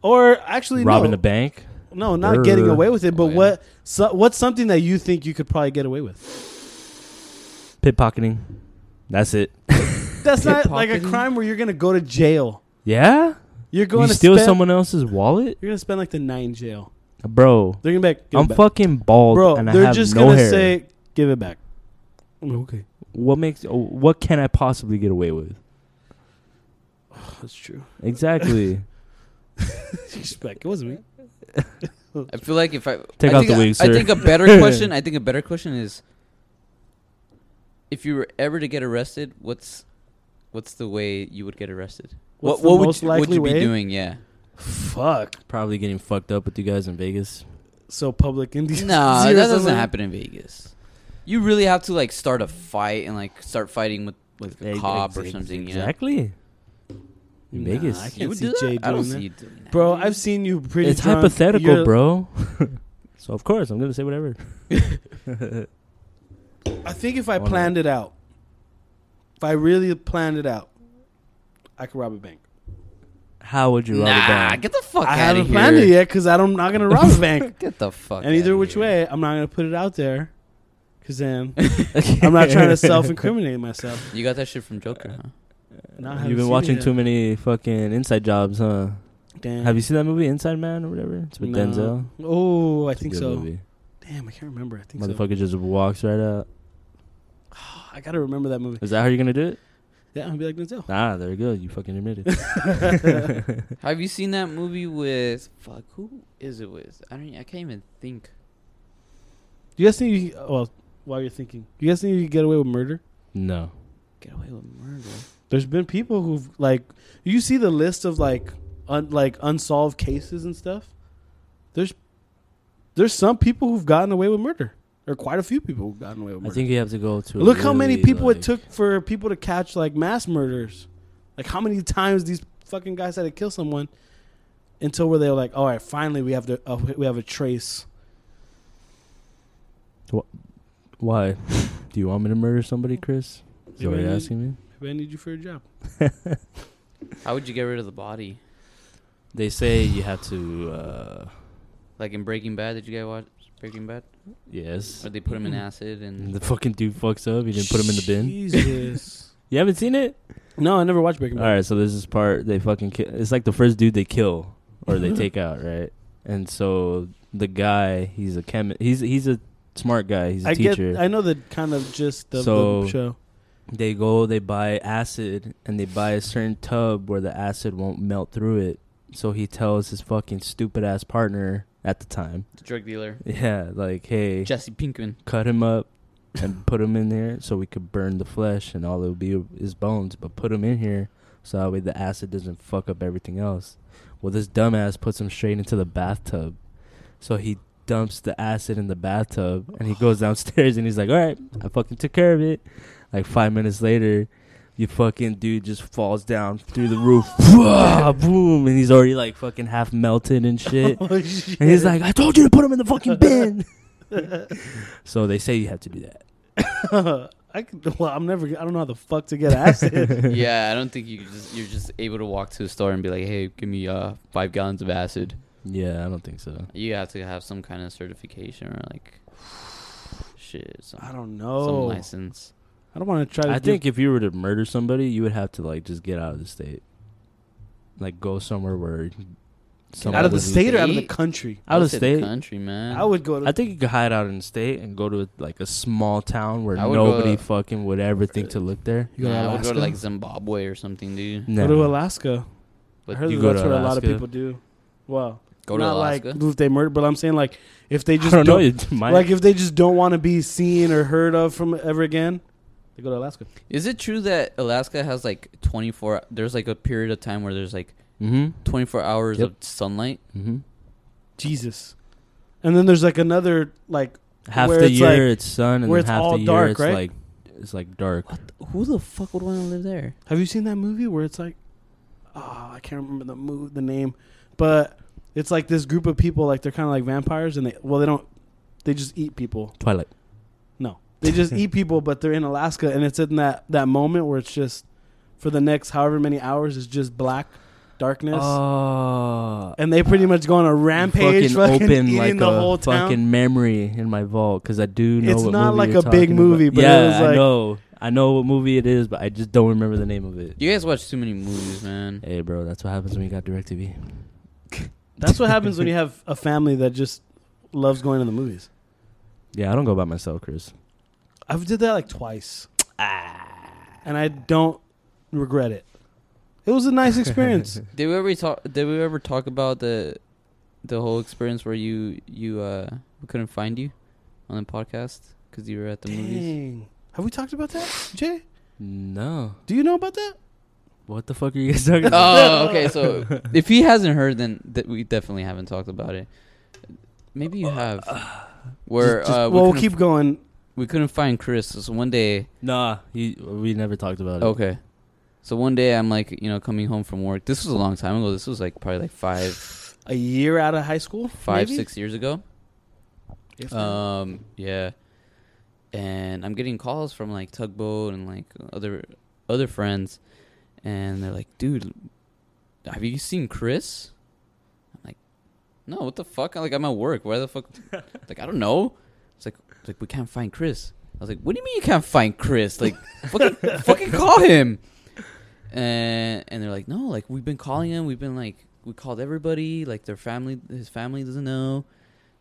Or actually,
Robbing
no,
the bank.
no, not getting
Brr.
away with it. But
Oh, yeah.
what so, what's something that you think you could probably get away with?
Pickpocketing. That's it.
That's not like a
Pickpocketing?
crime where you're gonna go to jail.
Yeah.
You're
You
going to
steal
spend,
someone else's wallet,
You're gonna spend like the night in jail.
bro.
They're gonna be like, give
I'm
it back.
fucking bald,
bro.
and I
they're
have
just
no
gonna
hair. Oh,
say, give it back. [laughs] Okay,
what makes? oh, What can I possibly get away with?
[sighs] that's true. [laughs]
Exactly.
Just be like, it wasn't me.
I feel like if I
Take
I
out
think
the
a-
wig,
I
sir.
think a
[laughs]
better question. I think a better question is, if you were ever to get arrested, what's what's the way you would get arrested?
What's
what what
the
would
most
you, would
likely
you be
way?
doing? Yeah.
Fuck.
Probably getting fucked up with you guys in Vegas.
So public in
No,
[laughs]
that doesn't happen in Vegas. You really have to like start a fight and like start fighting with with a cop or something. You know?
Exactly. In Vegas.
I
You
can't
would
see
do that?
Jay doing
I don't
that.
see you doing that.
Bro, I've seen you pretty.
it's
drunk.
hypothetical,
You're- [laughs]
bro. so of course I'm gonna say whatever.
I think if I
Wanna-
planned it out, if I really planned it out, I could rob a bank.
How would you rob a
nah,
bank?
get the fuck
I
out of
haven't
here.
planned it yet because I'm not gonna rob a
[laughs]
bank.
Get the fuck.
and either
outta
which
here.
way, I'm not gonna put it out there because [laughs] then I'm
[laughs]
not trying to [laughs] self-incriminate myself.
you got that shit from Joker. Huh?
No, I haven't
You've
seen
been
it
watching
yet.
too many fucking inside jobs, huh?
Damn.
Have you seen that movie Inside Man or whatever? It's with
No.
Denzel.
Oh, I
It's a
think
good
so.
movie.
Damn, I can't remember. I think so.
Motherfucker just walks right out.
Oh, I gotta remember that movie.
Is that how you're gonna do it?
Yeah, I'll be like Denzel.
Nah, there you go. You fucking
[laughs]
admitted.
Have you seen that movie with fuck? Who is it with? I don't. e, I can't even think.
Do you guys think? You, well, while you're thinking, you guys think you could get away with murder?
no.
Get away with murder.
There's been people who've like, you see the list of like, un, like unsolved cases and stuff. There's, there's some people who've gotten away with murder. There are quite a few people who've gotten away with
I
murder.
think you have to go to. a
Look how many
really,
people
like-
it took for people to catch like mass murders. Like how many times these fucking guys had to kill someone until where they were like, all right, finally we have to uh, we have a trace.
Why? [laughs] Do you want me to murder somebody, Chris? Is
You
that what you're
mean-
asking me?
I need you for a job.
How would you get rid of the body?
They say you have to. Uh,
Like in Breaking Bad, did you guys watch Breaking Bad?
yes.
Where they put him
Mm.
in acid and
The fucking dude fucks up. You didn't put him in the bin. [laughs]
Jesus.
You haven't seen it?
no, I never watched Breaking
All
Bad.
right. So there's this part they fucking. Ki- it's like the first dude they kill or
[laughs]
they take out, right? And so the guy, he's a chemi- He's he's a smart guy. He's a
I
teacher.
get. I know the kind of gist of
So-
the show. [laughs]
they go they buy acid and they buy a certain tub where the acid won't melt through it so he tells his fucking stupid ass partner at the time [laughs]
the drug dealer
yeah like hey
Jesse Pinkman.
cut him up and put him in there so we could burn the flesh and all it'll be is bones but put him in here so that way the acid doesn't fuck up everything else well this dumbass puts him straight into the bathtub so he dumps the acid in the bathtub and he goes downstairs and he's like all right i fucking took care of it like five minutes later you fucking dude just falls down through the roof boom and he's already like fucking half melted and
[laughs]
shit and he's like, I told you to put him in the fucking bin. so they say you have to do that.
I could, well, I'm never. I don't know how the fuck to
[laughs]
get acid.
yeah, I don't think you could just you're just able to walk to a store and be like, hey, give me uh five gallons of acid.
Yeah, I don't think so.
You have to have some kind of certification or like shit, some,
I
some
don't know.
license.
I don't want to try to.
I
do-
think if you were to murder somebody, you would have to like just get out of the state, like go somewhere where someone
out of the
would-
state or out of the
State?
country.
I
Out
would
of
say
state.
country, man.
I would go to.
I think you could hide out in the state and go to like a small town where
I would go
nobody
to-
fucking would ever think to look there.
you go
Nah,
to
I would go to
Alaska?
like Zimbabwe or something, dude.
No,
Go to Alaska.
But
I heard
you
that
go
that's
to
what a lot of
Alaska?
people do. Well,
Go to
not
Alaska.
like if they murder, but I'm saying like if they
[laughs]
just
I don't, know.
don't-
You might.
like if they just don't want to be seen or heard of from ever again, they go to Alaska.
Is it true that Alaska has like 24? There's like a period of time where there's like
mm-hmm.
24 hours
Yep.
of sunlight.
Mm-hmm.
Jesus. And then there's like another like
half
Where
the
it's,
year
like-
it's sun and
where
then
it's
half
all
the year
dark,
it's
right?
like it's like dark.
Who the fuck would want to live there?
have you seen that movie where it's like oh, I can't remember the move the name, but it's like this group of people like they're kind of like vampires and they well they don't they just eat people.
Twilight.
No.
[laughs]
They just eat people but they're in Alaska and it's in that that moment where it's just for the next however many hours it's just black darkness.
Oh,
and they pretty much go on a rampage, [laughs] fucking, eating the whole
[laughs]
town.
fucking memory in my vault because I do know.
It's
what
not
movie
like
you're
a big
talking
movie,
about.
but it
yeah,
was
I
like-
know, I know what movie it is, but I just don't remember the name of it.
You guys watch too many movies, man.
Hey, bro, that's what happens when you got Directv.
That's what happens when you have a family that just loves going to the movies.
Yeah, I don't go by myself, Chris.
I've did that like twice,
Ah.
and I don't regret it. It was a nice experience.
Did we ever talk? Did we ever talk about the the whole experience where you you uh we couldn't find you on the podcast because you were at [laughs] the movies?
Dang, have we talked about that, Jay?
No,
Do you know about that?
what the fuck are you guys
[laughs]
talking about?
Oh, okay. So if he hasn't heard, then th- we definitely haven't talked about it. Maybe you have. Where
Just- just-
uh, we,
well, we'll
couldn't,
keep going.
we couldn't find Chris. So one day,
Nah, you, we never talked about it.
Oh.
okay. So one day I'm like, you know, coming home from work. This was a long time ago. This was like probably like five,
A year out of high school,
five,
maybe?
six years ago.
If-
Um, yeah. And I'm getting calls from like Tugboat and like other other friends and they're like, "Dude, have you seen Chris?" I'm like, "No, what the fuck? I'm like I'm at work. Why the fuck?" like, "I don't know." It's like it's like we can't find Chris. I was like, "What do you mean you can't find Chris? Like fucking fucking call him." And and they're like, "No, like we've been calling him. We've been like we called everybody, like their family his family doesn't know."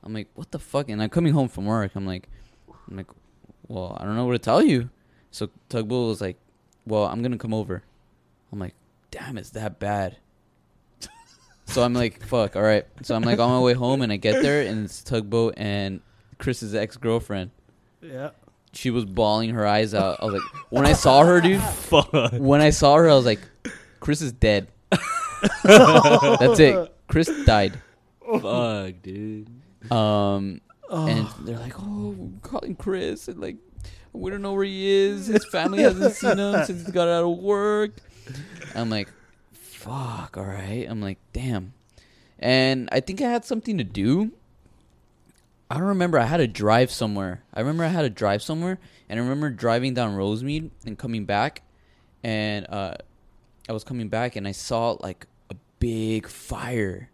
I'm like, what the fuck? And I'm coming home from work. I'm like, I'm like, well, I don't know what to tell you. So Tugboat was like, well, I'm gonna come over. I'm like, damn, it's that bad. so I'm like, fuck, all right. So I'm like on my way home, and I get there, and it's Tugboat and Chris's ex girlfriend.
yeah,
She was bawling her eyes out. I was like, when I saw her, dude,
[laughs] Fuck.
when I saw her, I was like, Chris is dead. That's it. Chris died.
[laughs]
Fuck, dude.
Um, and
oh,
they're like, "Oh, we're calling Chris, and like, we don't know where he is. His family hasn't seen him since he got out of work." I'm like, "Fuck, all right." I'm like, "Damn," and I think I had something to do. I don't remember. I had to drive somewhere. I remember I had to drive somewhere, and I remember driving down Rosemead and coming back, and uh, I was coming back, and I saw like a big fire.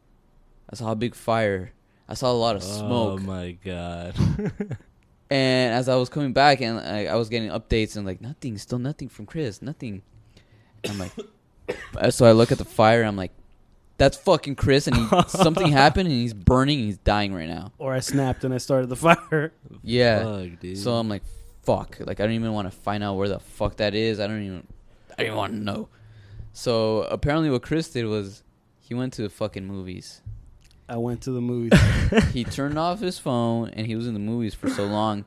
I saw a big fire. I saw a lot of smoke
Oh my god. [laughs]
and as I was coming back, and I, I was getting updates, and like nothing, still nothing from Chris, nothing. And I'm like, [coughs] uh, so I look at the fire, and I'm like, that's fucking Chris,
[laughs]
and he, something happened, and he's burning, and he's dying right now.
or I snapped and I started the [laughs] fire.
Yeah.
Fuck, dude.
So I'm like, fuck. Like I don't even want to find out where the fuck that is. I don't even. I don't even want to know. So apparently, what Chris did was he went to the fucking movies.
I went to the movies.
he turned off his phone and he was in the movies for so long.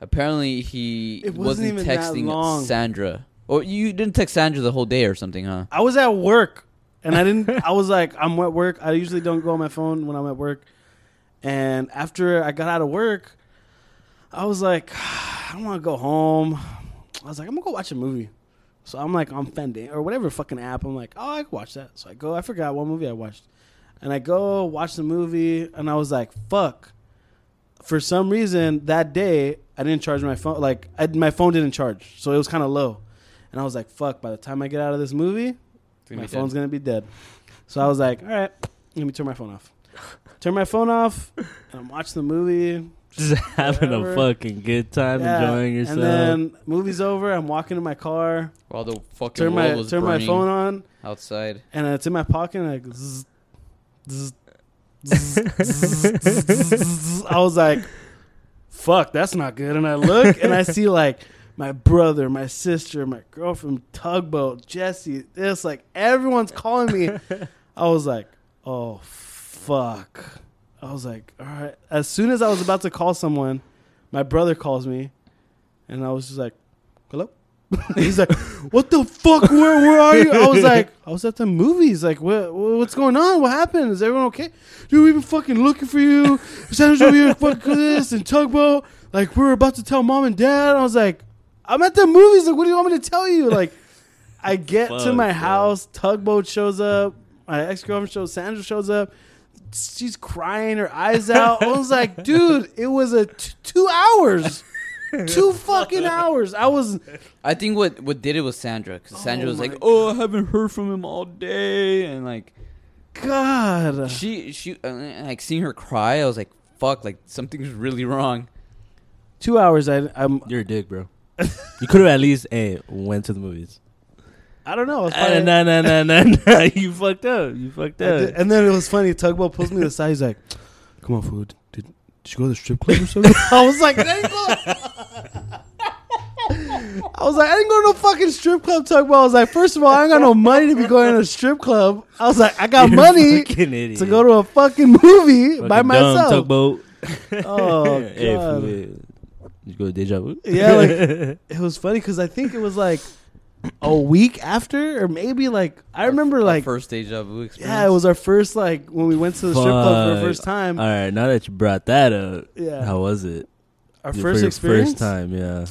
Apparently, he
It wasn't
wasn't,
even that long.
texting Sandra. Or you didn't text Sandra the whole day or something, huh?
I was at work and I didn't I was like I'm at work. I usually don't go on my phone when I'm at work. And after I got out of work, I was like [sighs] I don't want to go home. I was like I'm going to go watch a movie. So I'm like on Fandango or whatever fucking app. I'm like, "Oh, I can watch that." So I go, I forgot what movie I watched. And I go watch the movie and I was like, "Fuck." For some reason that day I didn't charge my phone like I, my phone didn't charge. So it was kind of low. And I was like, "Fuck, by the time I get out of this movie, my phone's gonna be dead. So I was like, all right, let me turn my phone off. turn my phone off, and I'm watching the movie.
Just [laughs] having a
Whatever.
fucking good time,
Yeah,
enjoying yourself.
And then movie's over. I'm walking to my car.
While the fucking
Turn
world
my
was
turn my
burning
phone on,
outside.
and it's in my pocket. And I, go zzz, zzz, zzz, zzz, zzz, zzz. I was like, "Fuck, that's not good." And I look and I see like my brother, my sister, my girlfriend, tugboat, Jesse. This like everyone's calling me. I was like, "Oh fuck." I was like, "All right." As soon as I was about to call someone, my brother calls me, and I was just like, "Hello." He's like, "What the fuck? Where where are you?"
[laughs]
I was like, "I was at the movies. Like, what what's going on? What happened? Is everyone okay? Dude, we've been fucking looking for you. Sandra's over here fucking with this and tugboat. Like, we were about to tell mom and dad." I was like, "I'm at the movies. Like, what do you want me to tell you?" Like, I get to
Fuck,
my
bro.
house. Tugboat shows up. My ex girlfriend shows. Sandra shows up. She's crying her eyes out. I
[laughs]
was like, "Dude, it was a t- two hours." Two fucking hours. I was
I think what what did it was Sandra because Sandra
Oh
was
my
like, "Oh, I haven't heard from him all day," and like
God.
she she uh, like seeing her cry, I was like, "Fuck!" Like something's really wrong.
Two hours. I I'm.
You're a dick, bro. you could have at least hey went to the
[laughs]
movies.
I don't know. I was
Uh,
probably-
nah, nah, nah, nah, nah. [laughs] You fucked up. You fucked
I
up.
did- eh. and then it was funny. Tugboat pulls me to the side. He's like, "Come on, food. Did, [laughs] did you go to the strip club
[laughs]
or something?" I was like, I didn't go. I was like, I didn't go to no fucking strip club, Tugboat. I was like, first of all, I ain't got no money to be going to a strip club. I was like, I got
You're a
money
fucking idiot.
to go to a fucking movie
Fucking
by
dumb
myself.
tugboat. [laughs]
Oh
Hey,
god.
fool, yeah. you go to deja vu.
Yeah,
[laughs]
like it was funny because I think it was like a week after, or maybe like I remember
Our
like
first deja vu experience.
yeah, it was our first like when we went to the strip club for the
Fuck.
first time.
All right, now that you brought that up,
yeah,
how was it?
our
For
first
your
experience.
First time, yeah.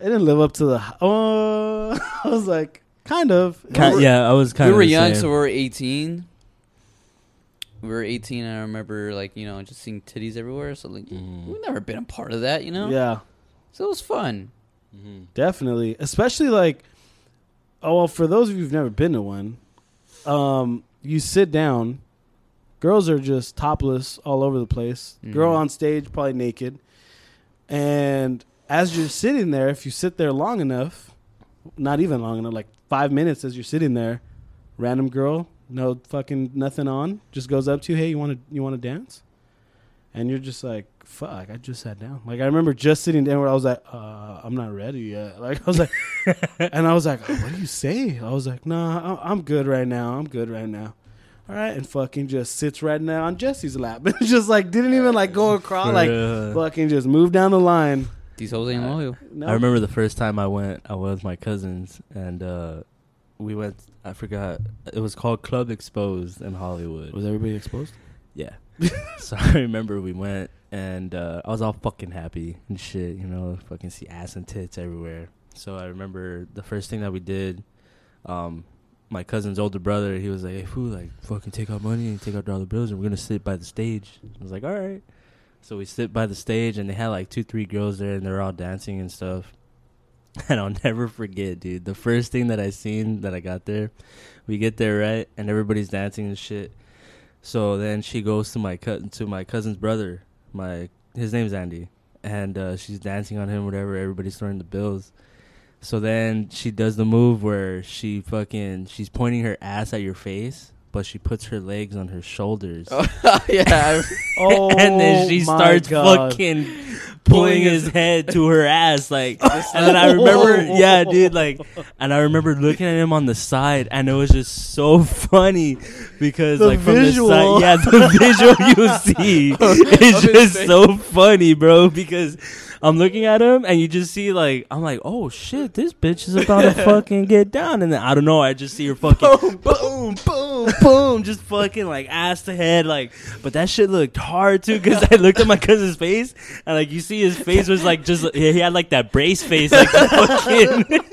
It didn't live up to the. Oh, [laughs] I was like, kind of. It
Ki-
was-
yeah, I was kind
we
of.
were young, so we were eighteen. We were eighteen, and I remember like you know just seeing titties everywhere. So like we've never been a part of that, you know.
yeah,
So it was fun.
Mm-hmm.
definitely. Especially like, oh well, for those of you who've never been to one, um, you sit down. Girls are just topless all over the place. Girl
Mhm.
on stage, probably naked. And as you're sitting there, if you sit there long enough, not even long enough, like five minutes as you're sitting there, random girl, no fucking nothing on, just goes up to you, hey, you want to you want to dance? And you're just like, fuck, I just sat down. Like I remember just sitting down where I was like, uh, I'm not ready yet. [laughs] Like I
[laughs]
was like, and I was like, oh, what do you say? I was like, nah, I- I'm good right now. I'm good right now. All right, and fucking just sits right now on Jesse's lap. [laughs] just like didn't even like go across. Like fucking just move down the line.
These hoes ain't
Uh,
[laughs] loyal.
No.
I remember the first time I went, I was with my cousins, and uh, we went. I forgot it was called Club Exposed in Hollywood.
Was everybody exposed?
Yeah. so I remember we went and uh, I was all fucking happy and shit, you know, fucking see ass and tits everywhere. So I remember the first thing that we did, um, my cousin's older brother, he was like, Hey fool, like fucking take out money and take out dollar bills and we're gonna sit by the stage. I was like, All right. So we sit by the stage and they had like two, three girls there and they're all dancing and stuff. [laughs] And I'll never forget, dude. The first thing that I seen that I got there, we get there right, and everybody's dancing and shit. So then she goes to my cousin to my cousin's brother. My his name's Andy, and uh, she's dancing on him. Whatever. Everybody's throwing the bills. So then she does the move where she fucking she's pointing her ass at your face, but she puts her legs on her shoulders.
Oh. [laughs] yeah,
[laughs]
Oh,
and then she
my
starts
God.
fucking pulling his head to her ass, like.
[laughs]
And then I remember, yeah, dude, like, and I remember looking at him on the side, and it was just so [laughs] funny because,
The
like,
visual.
from the side, yeah, the [laughs] visual you see, it's
Of his
just
face.
so funny, bro. Because I'm looking at him, and you just see, like, I'm like, oh shit, this bitch is about [laughs] to fucking get down, and then I don't know, I just see her fucking boom, boom, boom, boom, just fucking like ass to head, like. But that shit looked hard too, because I looked at my cousin's face, and like you see his face was like just he had like that brace face, [laughs] like the fucking. [laughs]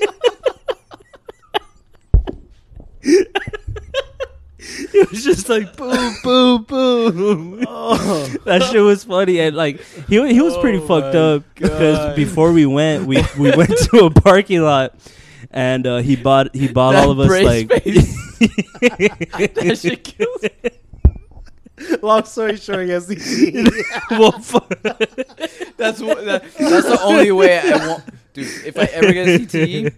It was just like boom, boom,
[laughs]
boom.
Oh.
That shit was funny, and like he wa- he was pretty
Oh
fucked
my
up because
God.
before we went, we we went to a parking lot, and uh, he
[laughs]
bought [laughs] he bought all of us
brace
like
face. that shit kills.
Long story short, yes, he-
[laughs]
That's what, [laughs] that, that's the only way I want, dude. If I ever get a CTE,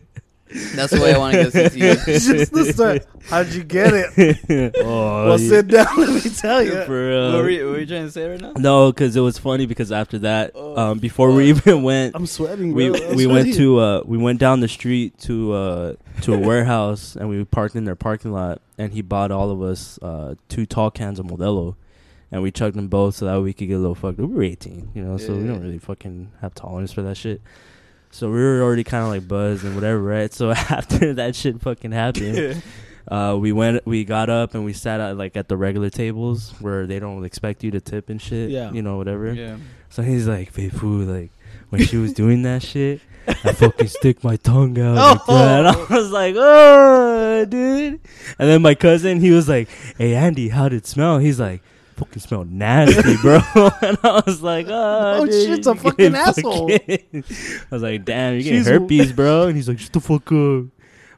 that's the way I want to get a E. CTE.
just the start. How'd you get it?
[laughs] oh,
Well,
yeah.
sit down. [laughs] Let me tell you.
For
[laughs]
real.
what, were you, what were you trying to say right now?
No, because it was funny because after that,
Oh,
um, before we even went,
I'm sweating.
we
bro. I'm
we went
sweating.
to uh, we went down the street to uh,
[laughs]
to a warehouse and we parked in their parking lot and he bought all of us uh, two tall cans of Modelo and we chugged them both so that we could get a little fucked. We were 18, you know, so we don't
Yeah.
really fucking have tolerance for that shit. So we were already kind of like buzzed and whatever, right? So [laughs] after that shit fucking happened, uh, we went, we got up and we sat at like at the regular tables where they don't expect you to tip and shit,
Yeah.
you know, whatever.
Yeah.
So he's like, Babe Fu, like, when she was doing that shit, I fucking stick my tongue
[laughs]
out.
Oh.
Like that. And I was like, oh, dude. And then my cousin, he was like, hey, Andy, how'd it smell? He's like, fucking smell nasty, [laughs] bro. and I was like, oh,
Oh,
dude,
shit's a
you
fucking
getting [laughs]
asshole."
fucking-" I was like, damn, you're getting
She's-
herpes, bro. And he's like, shut the fuck up.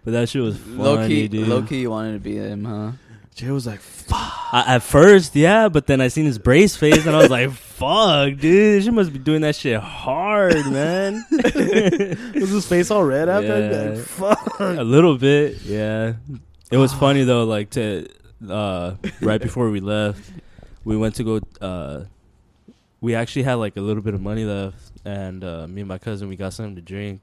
But that shit was funny,
[laughs] Low key,
dude.
low key, you wanted to be him, huh?
Jay was like, "Fuck."
I, at first, yeah, but then I seen his brace face and I was like, [laughs] fuck, dude, she must be doing that shit hard, man. [laughs]
Was his face all red after?
Yeah.
Like, fuck.
a little bit, yeah. It was funny though, like to uh right before we left, we went to go uh we actually had like a little bit of money left and uh me and my cousin we got something to drink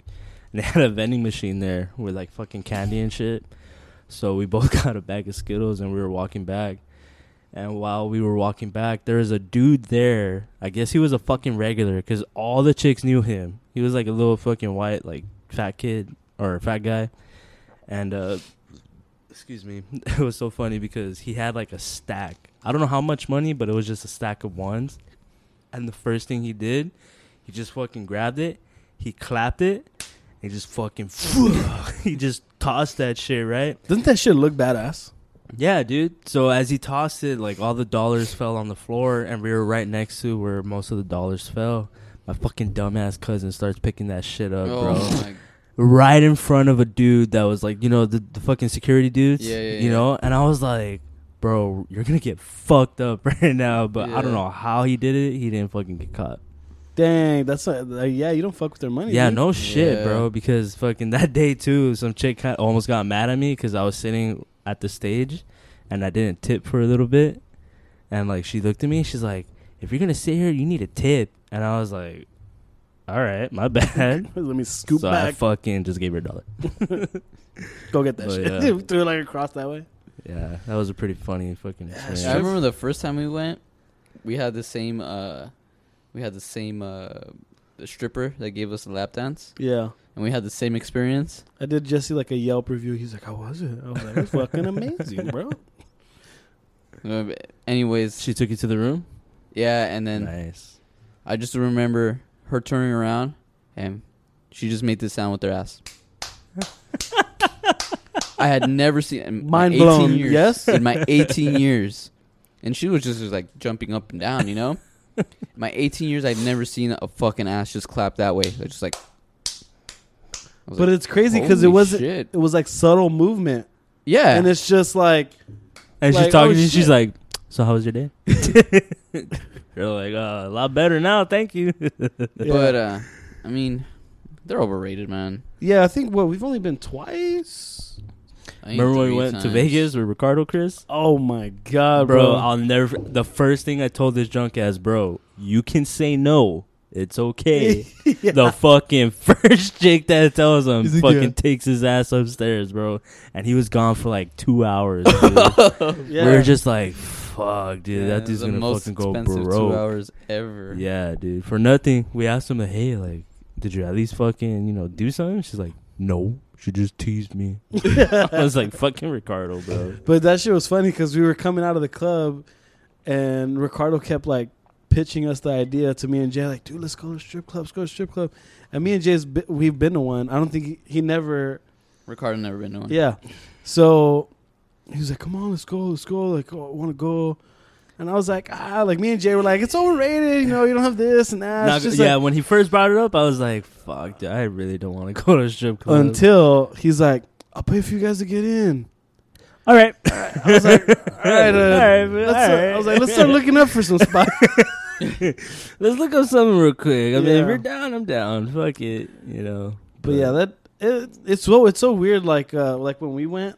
and they [laughs] had a vending machine there with like fucking candy and shit. So we [laughs] both got a bag of Skittles and we were walking back. And while we were walking back, there was a dude there. I guess he was a fucking regular because all the chicks knew him. He was like a little fucking white, like fat kid or fat guy. And, uh, excuse me, [laughs] it was so funny because he had like a stack. I don't know how much money, but it was just a stack of ones. And the first thing he did, he just fucking grabbed it, he clapped it, and he just fucking, [laughs] he just tossed that shit, right?
Doesn't that shit look badass?
Yeah, dude. So as he tossed it, like all the dollars fell on the floor, and we were right next to where most of the dollars fell. My fucking dumbass cousin starts picking that shit up,
oh my
bro. Right in front of a dude that was like, you know, the, the fucking security dudes.
Yeah, yeah,
You
yeah.
know, and I was like, bro, you're gonna get fucked up [laughs] right now. But I don't
Yeah.
know how he did it. He didn't fucking get caught.
Dang, that's a, like, yeah. You don't fuck with their money.
Yeah,
dude.
no shit,
Yeah.
bro. Because fucking that day too, some chick kind almost got mad at me because I was sitting at the stage, and I didn't tip for a little bit, and like she looked at me, she's like, "If you're gonna sit here, you need a tip," and I was like, "All right, my [laughs] bad."
Let me scoop
so I
back.
fucking just gave her a dollar.
Go get that
Oh,
shit.
yeah.
[laughs] Threw it like across that way.
Yeah, that was a pretty funny fucking.
Yeah,
I
experience.
remember the first time we went, we had the same uh we had the same uh the stripper that gave us a lap dance
Yeah.
and we had the same experience.
I did Jesse like a Yelp review. He's like, "How was it?" I was like, "It was
[laughs]
fucking amazing, bro."
Uh, but Anyways,
She took you to the room.
yeah, and then
nice.
I just remember her turning around and she just made this sound with her ass. I had never seen in my
Mind blown,
18 years,
yes?
in my 18 years, and she was just, just like jumping up and down. You
[laughs]
know, my 18 years, I've never seen a fucking ass just clap that way. They're just like, I was like,
But it's crazy because it
"Holy
wasn't.
shit."
It was like subtle movement,
yeah,
and it's just like,
[laughs] And
Like,
she's talking
oh,
to you. She's
shit.
like, "So how was your day?" You're like, uh, "A lot better now, thank you."
yeah.
but uh, I mean, they're overrated, man.
yeah, I think what we've only been twice.
I think
Remember when we
three
went to
times.
Vegas with Ricardo, Chris?
Oh my god,
Uh, bro,
bro! [laughs]
I'll never. The first thing I told this drunk ass, bro, you can say no. It's
[laughs]
okay.
Yeah.
The fucking [laughs] first chick that tells him
He's like,
fucking
yeah.
takes his ass upstairs, bro. And he was gone for like two hours. dude.
yeah.
We were
[laughs]
just like, fuck, dude,
Yeah,
that dude's
the
gonna
most
fucking go
expensive Two
broke.
hours ever.
Yeah, dude, for nothing. We asked him, like, hey, like, did you at least fucking, you know, do something? She's like, no, she just teased me. [laughs] I [laughs] was uh, like, fucking Ricardo, bro.
But that shit was funny because we were coming out of the club, and Ricardo kept like pitching us the idea to me and Jay, like, dude, let's go to strip club, let's go to strip club. And me and Jay's bi- we've been to one. I don't think he, he never,
Ricardo never been to one.
yeah. So he was like, come on, let's go, let's go, like, oh, I want to go. And I was like, ah, like me and Jay were like, it's overrated, you know, you don't have this and that.
Now,
It's just,
yeah,
like-
when he first brought it up, I was like, "Fuck, dude, [laughs] I really don't want to go to a strip club."
until he's like, I'll pay for you guys to get in.
[laughs] All right.
I
[laughs]
was like, all right, uh,
All right, all
let's,
right.
I was like, let's start looking up for some spots.
[laughs] Let's look up something real quick. I mean,
Yeah.
if you're down, I'm down. Fuck it, you know.
But yeah, that it, it's so it's so weird. Like uh, like when we went,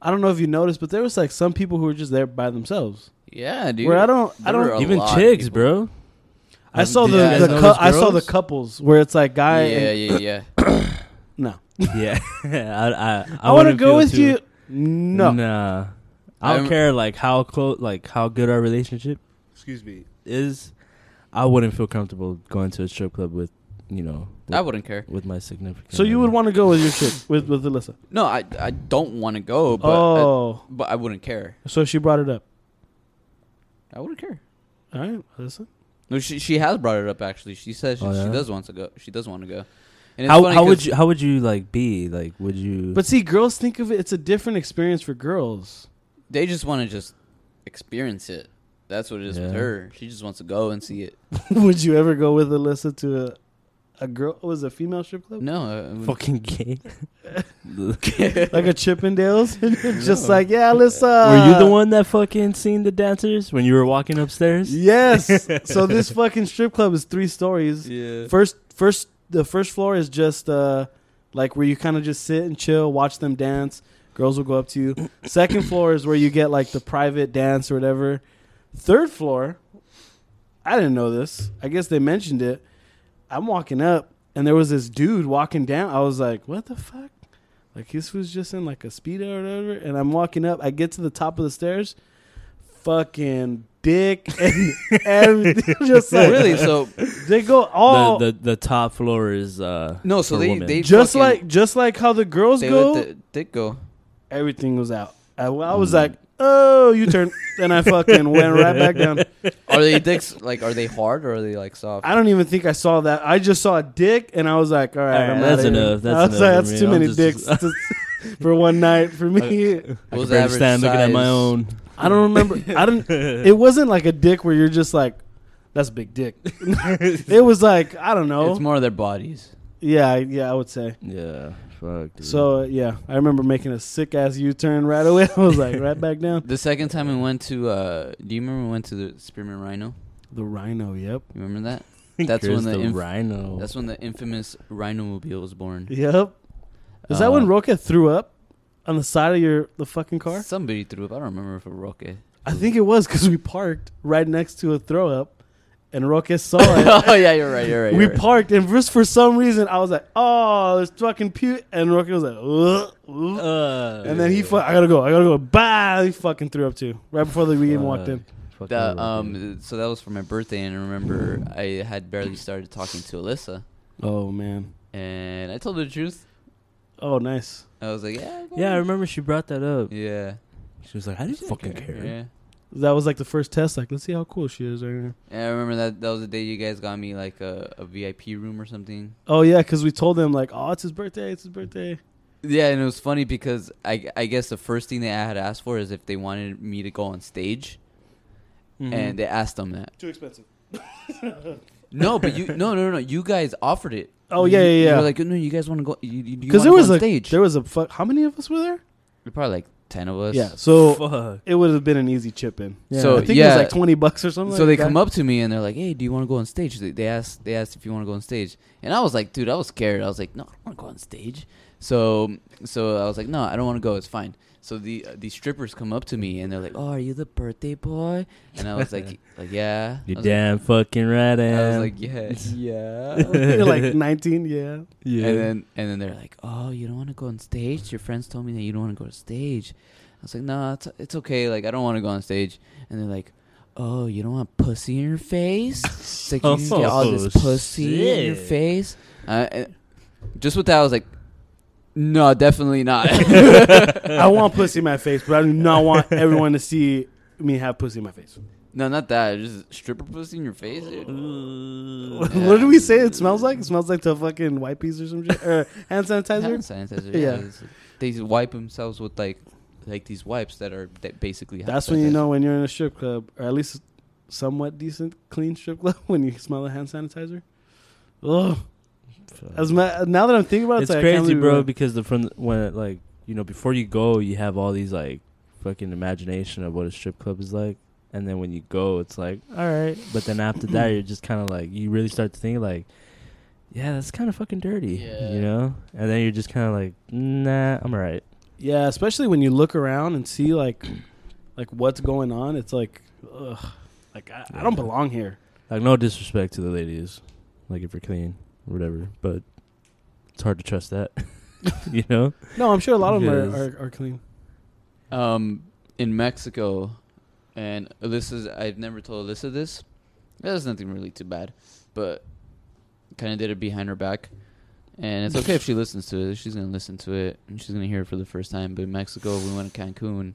I don't know if you noticed, but there was like some people who were just there by themselves.
Yeah, dude.
where I don't, I
There
don't.
were a
even
lot of
chicks,
people.
bro.
I
Um,
saw
did
the,
you guys
the
know
cou-
those
I saw the
girls?
couples where it's like guy.
yeah,
and,
yeah, yeah.
No, [laughs]
yeah, [laughs] I I,
I, want to
wouldn't
go
feel
with
too-
you. No,
nah. I don't
I'm-
care like how close, like how good our relationship. Excuse me. Is I wouldn't feel comfortable going to a strip club with, you know, with,
I wouldn't care.
with my significant.
so you would
other.
want to go with your chick with with Alyssa.
No, I I don't want to go,
uh,
but I,
oh,
but I wouldn't care.
so she brought it up.
I wouldn't care.
All right, Alyssa.
No, she she has brought it up actually. She says she,
Oh,
she
yeah?
does want to go. She does want to go. And it's
How
funny
how
'cause-
would you how would you like be like? Would you?
But see, girls think of it. It's a different experience for girls. [laughs]
they just want to just experience it. That's what it is with
Yeah.
her. She just wants to go and see it.
would you ever go with Alyssa to a a girl? Was it a female
[laughs]
strip club?
No, uh, I wouldn't-
fucking gay. Were
like a Chippendales, [laughs] just like yeah, Alyssa.
you the one that fucking seen the dancers when you were walking upstairs? [laughs]
Yes. so this fucking strip club is three stories.
Yeah.
First, first, the first floor is just uh, like where you kind of just sit and chill, watch them dance. Girls will go up to you. Second floor is where you get like the private dance or whatever. Third floor, I didn't know this. I guess they mentioned it. I'm walking up and there was this dude walking down. I was like, what the fuck? Like this was just in like a speedo or whatever. And I'm walking up. I get to the top of the stairs. Fucking dick and everything. [laughs] just like
really. So
they go all
The, the the top floor is uh
no, so
for
they
women.
they
just
fucking-
like just like how the girls
they
go.
let the dick go.
everything was out. I, I was like, oh, you turn, [laughs] and I fucking went right back down.
Are they dicks like? Are they hard or are they like soft?
I don't even think I saw that. I just saw a dick, and I was like, all right,
Alright,
I'm
that's
outta here.
enough, that's
I
enough
was like,
for
that's
me.
too
I'm
many
just-
dicks to- for one night for me.
I
What was
can
the
barely
average
stand looking at my
size?
own.
I don't remember.
[laughs]
I didn't. It wasn't like a dick where you're just like, that's a big dick. [laughs] it was like I don't know.
It's more their bodies.
yeah, yeah, I would say.
Yeah, fuck. Dude. [laughs]
So yeah, I remember making a sick ass U turn right away. [laughs] I was like, right back down.
The second time we went to, uh, do you remember we went to the Spearman Rhino?
The rhino. Yep.
You remember that? That's
Here's
when the, inf-
rhino.
that's when the infamous Rhino mobile was born.
Yep. Is that
Uh,
when Roca threw up on the side of your the fucking car?
Somebody threw up. I don't remember if it was Roque. [laughs]
I think it was because we parked right next to a throw up, and Roca saw it.
oh yeah, you're [laughs] right. You're right.
we
you're right.
parked, and just for some reason, I was like, "Oh, there's fucking puke," and Roca was like, "Ugh, ugh."
uh,
and then he, fu- I gotta go, I gotta go. Bye. He fucking threw up too, right before the we even walked in.
Fuck
The,
that, dude.
um, so that was for my birthday, and I remember I had barely started talking to Alyssa,
Oh man.
and I told her the truth.
Oh nice.
I was like, yeah,
yeah, I remember she brought that up.
yeah.
She was like, "I didn't fucking care."
Yeah.
That was like the first test. Like, let's see how cool she is right here.
And I remember that that was the day you guys got me like a, a VIP room or something.
Oh yeah, because we told them like, "Oh, it's his birthday. It's his birthday."
Yeah, and it was funny because I, I guess the first thing that I had asked for is if they wanted me to go on stage,
Mm-hmm.
and they asked them that.
too expensive.
[laughs] No, but you no no no no, you guys offered it.
Oh,
You-
yeah, yeah,
You
yeah.
were like no, you guys want to go? You, you, you
Because there
wanna go
was
on
a
stage.
there was a fuck. How many of us were there?
There were probably like ten of us.
Yeah, so
fuck.
it would have been an easy chip in. Yeah.
So,
I think it
yeah.
was like twenty bucks or something.
So they
like that.
come up to me and they're like, "Hey, do you want to go on stage?" They, they asked they asked if you want to go on stage, and I was like, "Dude, I was scared." I was like, "No, I don't want to go on stage." So so I was like, "No, I don't want to go. It's fine." So the uh, these strippers come up to me and they're like, "Oh, are you the birthday boy?" And I was
[laughs]
like, "Like yeah."
You
I was
damn fucking right,
Like, I
Ann.
was like, "Yeah, yeah."
You're like
[laughs]
nineteen. [laughs] Yeah.
yeah.
And
[laughs]
then and then they're like, "Oh, you don't want to go on stage? Your friends told me that you don't want to go to stage." I was like, "No, it's it's okay. Like I don't want to go on stage." And they're like, "Oh, you don't want pussy in your face? It's like you can get all this
Oh,
pussy in your
shit.
face." Uh, and just with that, I was like, "No, definitely not." [laughs]
I want pussy in my face, but I do not want everyone to see me have pussy in my face.
no, not that. Just stripper pussy in your face. dude.
[laughs]
what did we say? It smells like it smells like the fucking white piece or some shit or
Hand
hand sanitizer.
sanitizer.
Yeah.
Yeah, it's- they wipe themselves with like like these wipes that are that basically. hand
That's when you
sanitizer.
know when you're in a strip club, or at least somewhat decent, clean strip club, [laughs] when you smell a hand sanitizer. Ugh. As my, now that I'm thinking about it,
it's
like, Oh, I can't
crazy,
believe we
bro.
went-
Because the from the- when it, like you know, before you go, you have all these like fucking imagination of what a strip club is like, and then when you go, it's like all right, but then after that, you're just kind of like you really start to think like, yeah, that's kind of fucking dirty,
Yeah.
you know, and then you're just kind of like, nah, I'm alright.
Yeah, especially when you look around and see like, like what's going on. It's like, ugh, like I, I don't
Yeah.
belong here.
Like no disrespect to the ladies, like if you're clean, whatever, but it's hard to trust that, [laughs] you know.
[laughs]
No, I'm sure a lot of them
Yes.
are, are, are clean.
um, in Mexico, and this is I've never told Alyssa this. There's nothing really too bad, but kind of did it behind her back, and it's okay if she listens to it. She's gonna listen to it and she's gonna hear it for the first time. But in Mexico, we went to Cancun,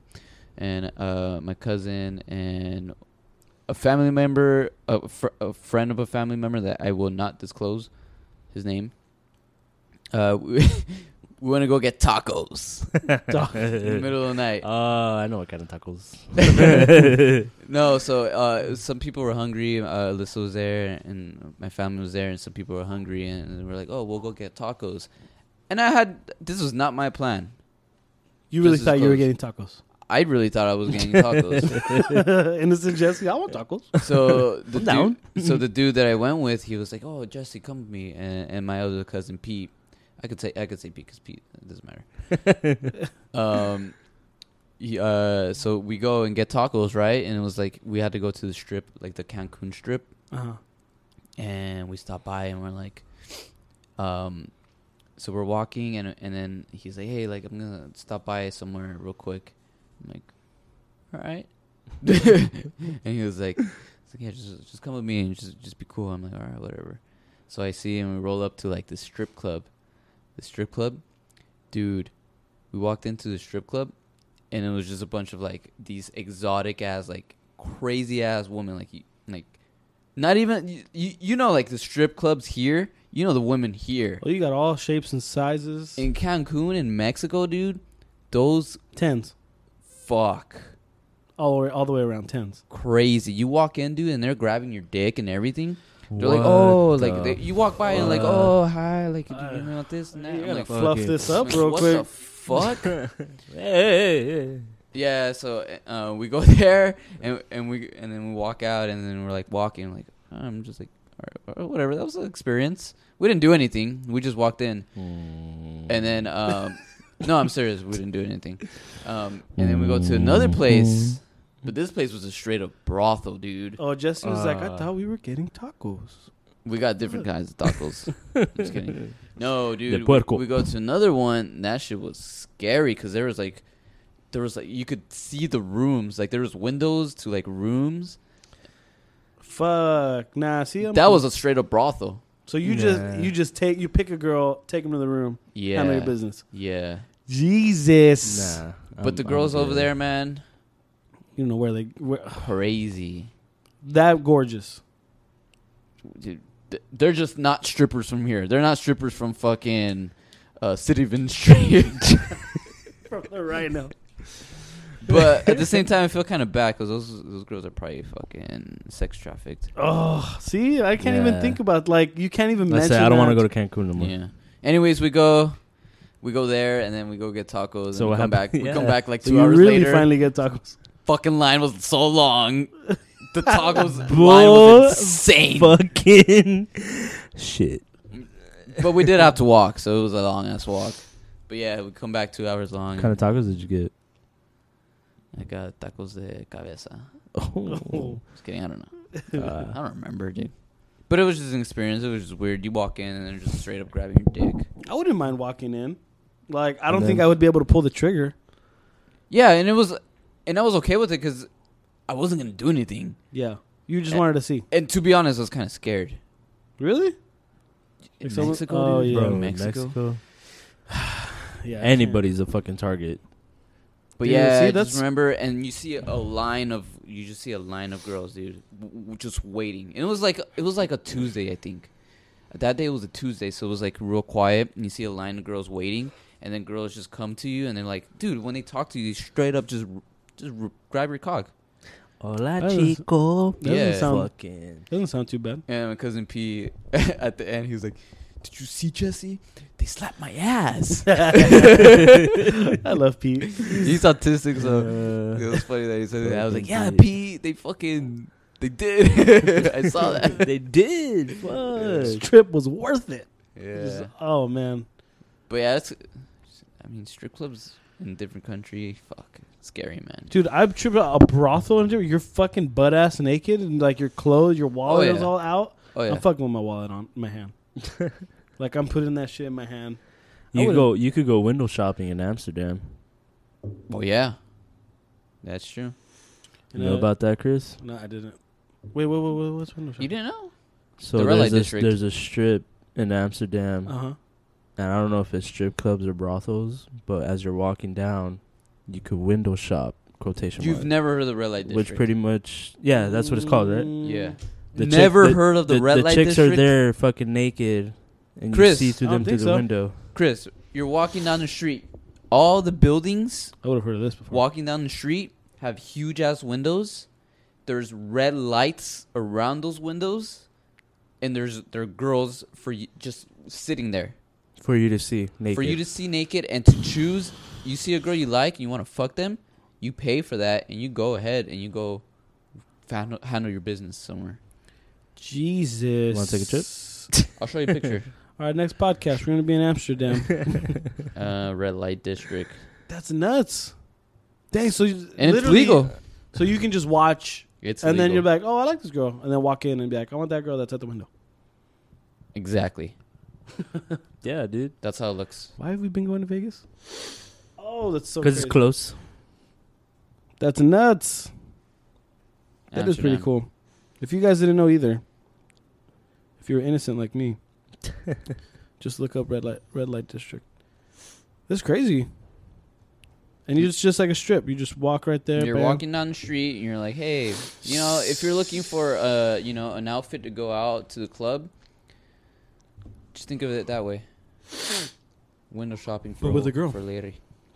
and uh, my cousin and a family member, a, fr- a friend of a family member that I will not disclose his name. Uh, [laughs] we, we want to go get tacos in the middle of the
[laughs]
night.
Uh, I know what kind of tacos.
[laughs] No, so uh, some people were hungry. Uh, Alyssa was there, and my family was there, and some people were hungry, and we were like, "Oh, we'll go get tacos." And I had this was not my plan.
You really
Just as
thought you were
close.
getting tacos?
I really thought I was getting
[laughs]
tacos.
Innocent Jesse, I want tacos.
so the
I'm down.
Dude, so the dude that I went with, he was like, "Oh, Jesse, come with me," and, and my other cousin Pete. I could say I could say Pete because Pete it doesn't matter. um, he, uh, so we go and get tacos, right? And it was like we had to go to the strip, like the Cancun strip.
Uh-huh.
and we stop by and we're like um so we're walking and and then he's like hey like i'm gonna stop by somewhere real quick i'm like all right [laughs] and he was like, he's like yeah just just come with me and just just be cool i'm like all right whatever so i see and we roll up to like this strip club the strip club dude we walked into the strip club and it was just a bunch of like these exotic ass like crazy ass women like you- like not even you, you you know like the strip clubs here you know the women here
Well, you got all shapes and sizes.
in Cancun in Mexico dude those
Tens,
fuck
all the way, all the way around tens.
crazy you walk in dude and they're grabbing your dick and everything they're like
What
oh
the
like they, you walk by and like
fuck?
oh hi like do
Uh,
you know this and that
you
I'm
gotta
like,
fluff
fucking-
this
I'm
up
like,
real
what
quick.
the fuck
hey, hey, hey.
Yeah, so uh, we go [laughs] there and and we and then we walk out and then we're like walking like I'm just like all right, whatever that was an experience. We didn't do anything. We just walked in and then
[laughs]
um, no, I'm serious. We didn't do anything. Um, and then we go to
Mm-hmm.
another place, but this place was a straight up brothel, dude.
[laughs] oh, Jesse was like, I
Uh.
thought we were getting tacos.
We got different kinds of tacos. just
[laughs]
kidding. No, dude.
puerco.
We go to another one. And that shit was scary because there was like, there was like you could see the rooms. Like there was windows to like rooms.
Fuck, nah. See, I'm
That was a straight up brothel.
so you
Nah.
just you just take you pick a girl, take him to the room,
Yeah.
handle your business.
Yeah.
Jesus,
Nah,
But the girls over there, man,
you know where they where,
crazy.
that gorgeous.
Dude, th- they're just not strippers from here. They're not strippers from fucking uh, City of Industry.
From the right now,
but at the same time, I feel kind of bad because those those girls are probably fucking sex trafficked.
oh, see, I can't even
Yeah.
think about like you can't even
That's
mention.
it. I don't want to
that.
go to Cancun no more.
Yeah. Anyways, we go, we go there, and then we go get tacos. and
So
we
what
come back.
happened-
We come
Yeah.
back like
So
two
you
hours
really
later.
finally get tacos.
fucking line was so long. The tacos line
Bull-
was
[laughs]
insane.
Fucking shit.
But we did have to walk, so it was a long ass walk. But yeah, we come back two hours long.
What kind of tacos did you get?
I got tacos de cabeza.
[laughs]
[laughs]
Oh.
Just kidding. I don't know. [laughs] I
Uh,
don't remember, dude. But it was just an experience. It was just weird. You walk in and they're just straight up grabbing your dick.
I wouldn't mind walking in. Like, I
And
don't think
then-
I would be able to pull the trigger.
Yeah, and it was, and I was okay with it because I wasn't gonna do anything.
Yeah, you just
Eh.
wanted to see.
And to be honest, I was kind of scared.
Really?
In
So-
Mexico,
oh,
dude?
yeah.
Bro,
in
Mexico.
Yeah. I
Anybody's a fucking target.
But
Dude,
yeah,
see,
just
that's-
remember, and you see a line of you just see a line of girls, dude, w- w- just waiting. And it was like it was like a Tuesday, I think. That day was a Tuesday, so it was like real quiet, and you see a line of girls waiting, and then girls just come to you, and they're like, dude, when they talk to you, straight up just just r- grab your cock.
Hola,
That is-
chico.
That doesn't
Yeah.
sound
Fucking.
doesn't sound too bad.
[laughs] And my cousin P at the end, he was like, Did you see Jesse? They slapped my
[laughs]
ass.
I love Pete.
He's autistic, so
Uh,
it was funny that he said that. I was like, yeah,
Yeah.
Pete, they fucking, they did. [laughs] [laughs] I saw that.
[laughs] they did.
This
Fuck.
trip was worth it.
Yeah.
Oh man,
But yeah, that's, I mean, strip clubs in different country, fuck, scary, man.
dude, I've tripped out a brothel and you're fucking butt ass naked and like your clothes,
Oh,
your wallet
yeah.
is all out.
Oh yeah.
I'm fucking with my wallet on my
[laughs]
hand. like I'm putting that shit in my hand. I
You could
would've-
go. You could go window shopping in Amsterdam.
oh yeah. That's true.
You know
Uh,
about that, Chris?
No, I didn't. Wait, wait, wait, wait. What's window
You didn't know?
So
The red light
there's a,
district.
there's a strip in Amsterdam,
Uh huh.
and I don't know if it's strip clubs or brothels, but as you're walking down, you could window shop quotation
You've
mark,
never heard of the red light district.
which pretty much yeah, that's what it's called, right?
Mm.
Yeah.
The chick-
never
the-
heard of the, red light
chicks
district.
are there fucking naked, and
Chris,
you see through
I
them
don't
through
think
the
so.
window.
Chris, you're walking down the street. All the buildings
I would have heard of this before.
walking down the street have huge ass windows. There's red lights around those windows, and there's there are girls for you just sitting there
For you to see naked.
for you to see naked and to choose. You see a girl you like and you want to fuck them, you pay for that and you go ahead and you go handle, handle your business somewhere.
Jesus.
Wanna take a
trip?
I'll show you a picture.
[laughs] All right, next podcast, we're gonna be in
[laughs]
Amsterdam.
uh, red light district,
That's nuts. Dang. So you,
and it's
literally-
legal.
So you can just watch,
It's
and then
legal.
you're like, "Oh, I like this girl," and then walk in and be like, "I want that girl that's at the window."
exactly.
yeah, dude,
That's how it looks.
Why have we been going to Vegas? Oh, that's so.
because it's
crazy.
close.
That's nuts. That is pretty
Amsterdam.
cool. If you guys didn't know either, if you were innocent like me, just look up red light red light district. That's crazy. And you, it's just like a strip. You just walk right there.
You're
bam.
walking down the street and you're like, hey, you know, if you're looking for uh, you know, an outfit to go out to the club, just think of it that way. Window shopping for
But with a girl.
for later.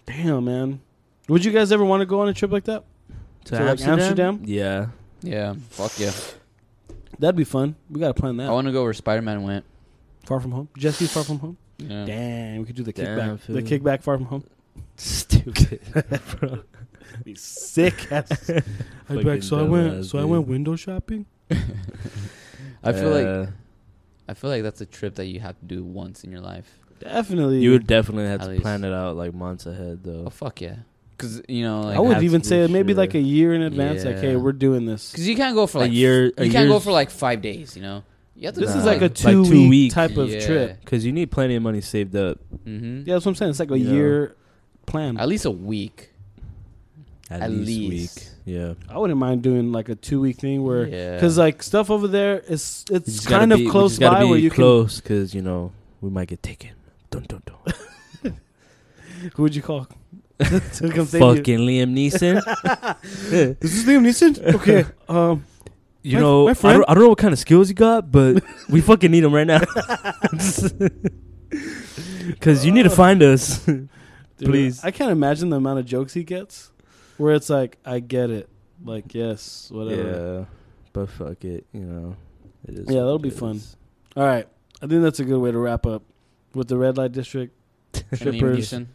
Damn, man. Would you guys ever want to go on a trip like that?
To
So, like, Amsterdam? [laughs]
Yeah,
Yeah, fuck yeah.
That'd be fun. We gotta plan
I
that.
want to go where Spider Man went.
Far from home. Jesse's far from home.
Yeah.
Damn, we could do the
Damn,
kickback. The
fool.
kickback far from home.
stupid.
Be sick. ass. I'd be
Fucking
like, so I
dumbass,
went. So I
dude.
went window shopping.
I feel like
Uh,
I feel like that's a trip that you have to do once in your life.
Definitely.
you would definitely have
At
to
least.
plan it out like months ahead,
Oh
though.
fuck yeah, because you know like
I would
have
even
to
say
be
maybe
sure.
like a year in advance. Like, hey,
Yeah.
we're doing this.
because you can't go for
A
like
year-
You
a
can't go
year's-
for like five days. You know. You have to
This
do
is like a
Like
two,
two
week,
week.
type of trip.
Because you need plenty of money saved up.
Mm-hmm.
Yeah, that's what I'm saying. It's like a
Yeah.
year plan.
At least a week. At least.
week. Yeah.
I wouldn't mind doing like a two week thing where,
yeah.
because like stuff over there is
You
it's
just gotta
kind of
be- we
close
just gotta
by
be
where you
close because you know we might get taken. Dun dun dun.
can. Who would you call? [laughs] to come save you?
Fucking Liam
[laughs]
Neeson.
Is this Liam
[laughs]
Neeson? Okay. Um,
You
My-
know,
my
I,
friend-
don't, I don't know what kind of skills he got, but
[laughs]
we fucking need him right now. Because you need to find us.
dude,
Please.
I can't imagine the amount of jokes he gets. Where it's like, I get it. Like, yes, [laughs] whatever.
Yeah. But fuck it, you know. It is
Yeah,
what
that'll
it
be fun.
is.
All right. I think that's a good way to wrap up with the red light district.
Liam
strippers.
Neeson.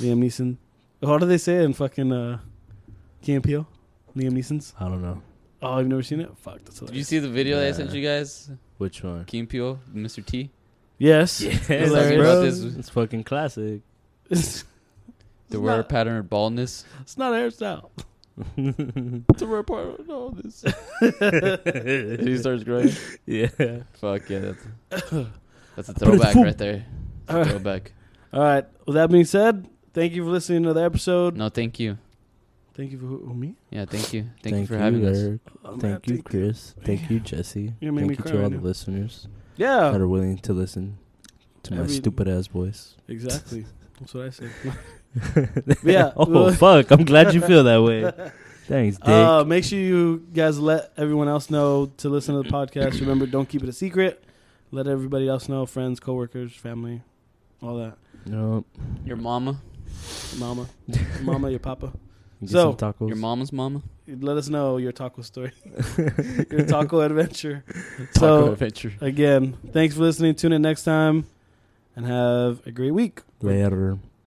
Liam Neeson. What do they say in fucking uh, Key and Peele? Liam Neeson's.
I don't know
Oh, you've never seen it? Fuck, that's
Did you
hilarious.
see the video that I sent
Yeah.
you guys?
which one.
Keen Peel, Mr. T.
Yes.
It's
Yeah,
like
bro.
this-
It's fucking classic.
[laughs]
[laughs]
it's,
The
It's
wear
not-
pattern of [laughs] baldness.
it's not a hairstyle.
The wear pattern of baldness. he
yeah.
starts growing. [laughs] Fuck yeah,
[coughs]
that's that's a throwback
full.
right there. It's a
[laughs] All right.
throwback.
All right. With that being said, thank you for listening to the episode.
No, thank you.
Thank you for who, who, me.
Yeah, thank you. Thank, you for having us.
Eric.
Oh, man,
Thank you, Chris. Thank you, Jesse.
You're
Thank
making me
you
cry
to all
right
the
now.
listeners that
Yeah.
are willing to listen to my
Uh, Every-
stupid ass voice.
Exactly. That's what
[laughs]
I said. [laughs] Yeah.
oh [laughs] fuck! I'm
[laughs]
glad you feel that way. Thanks, Dick.
Uh, make sure you guys let everyone else know to listen to the podcast. Remember, don't keep it a secret. Let everybody else know friends, coworkers, family, all that.
no.
Your mama.
[laughs]
Mama. Mama, your papa.
and get
So,
some tacos.
Your mom's mama.
Let us know your taco
[laughs]
story, your taco adventure.
Taco
So
adventure.
again, thanks for listening. Tune in next time, and have a great week.
Later.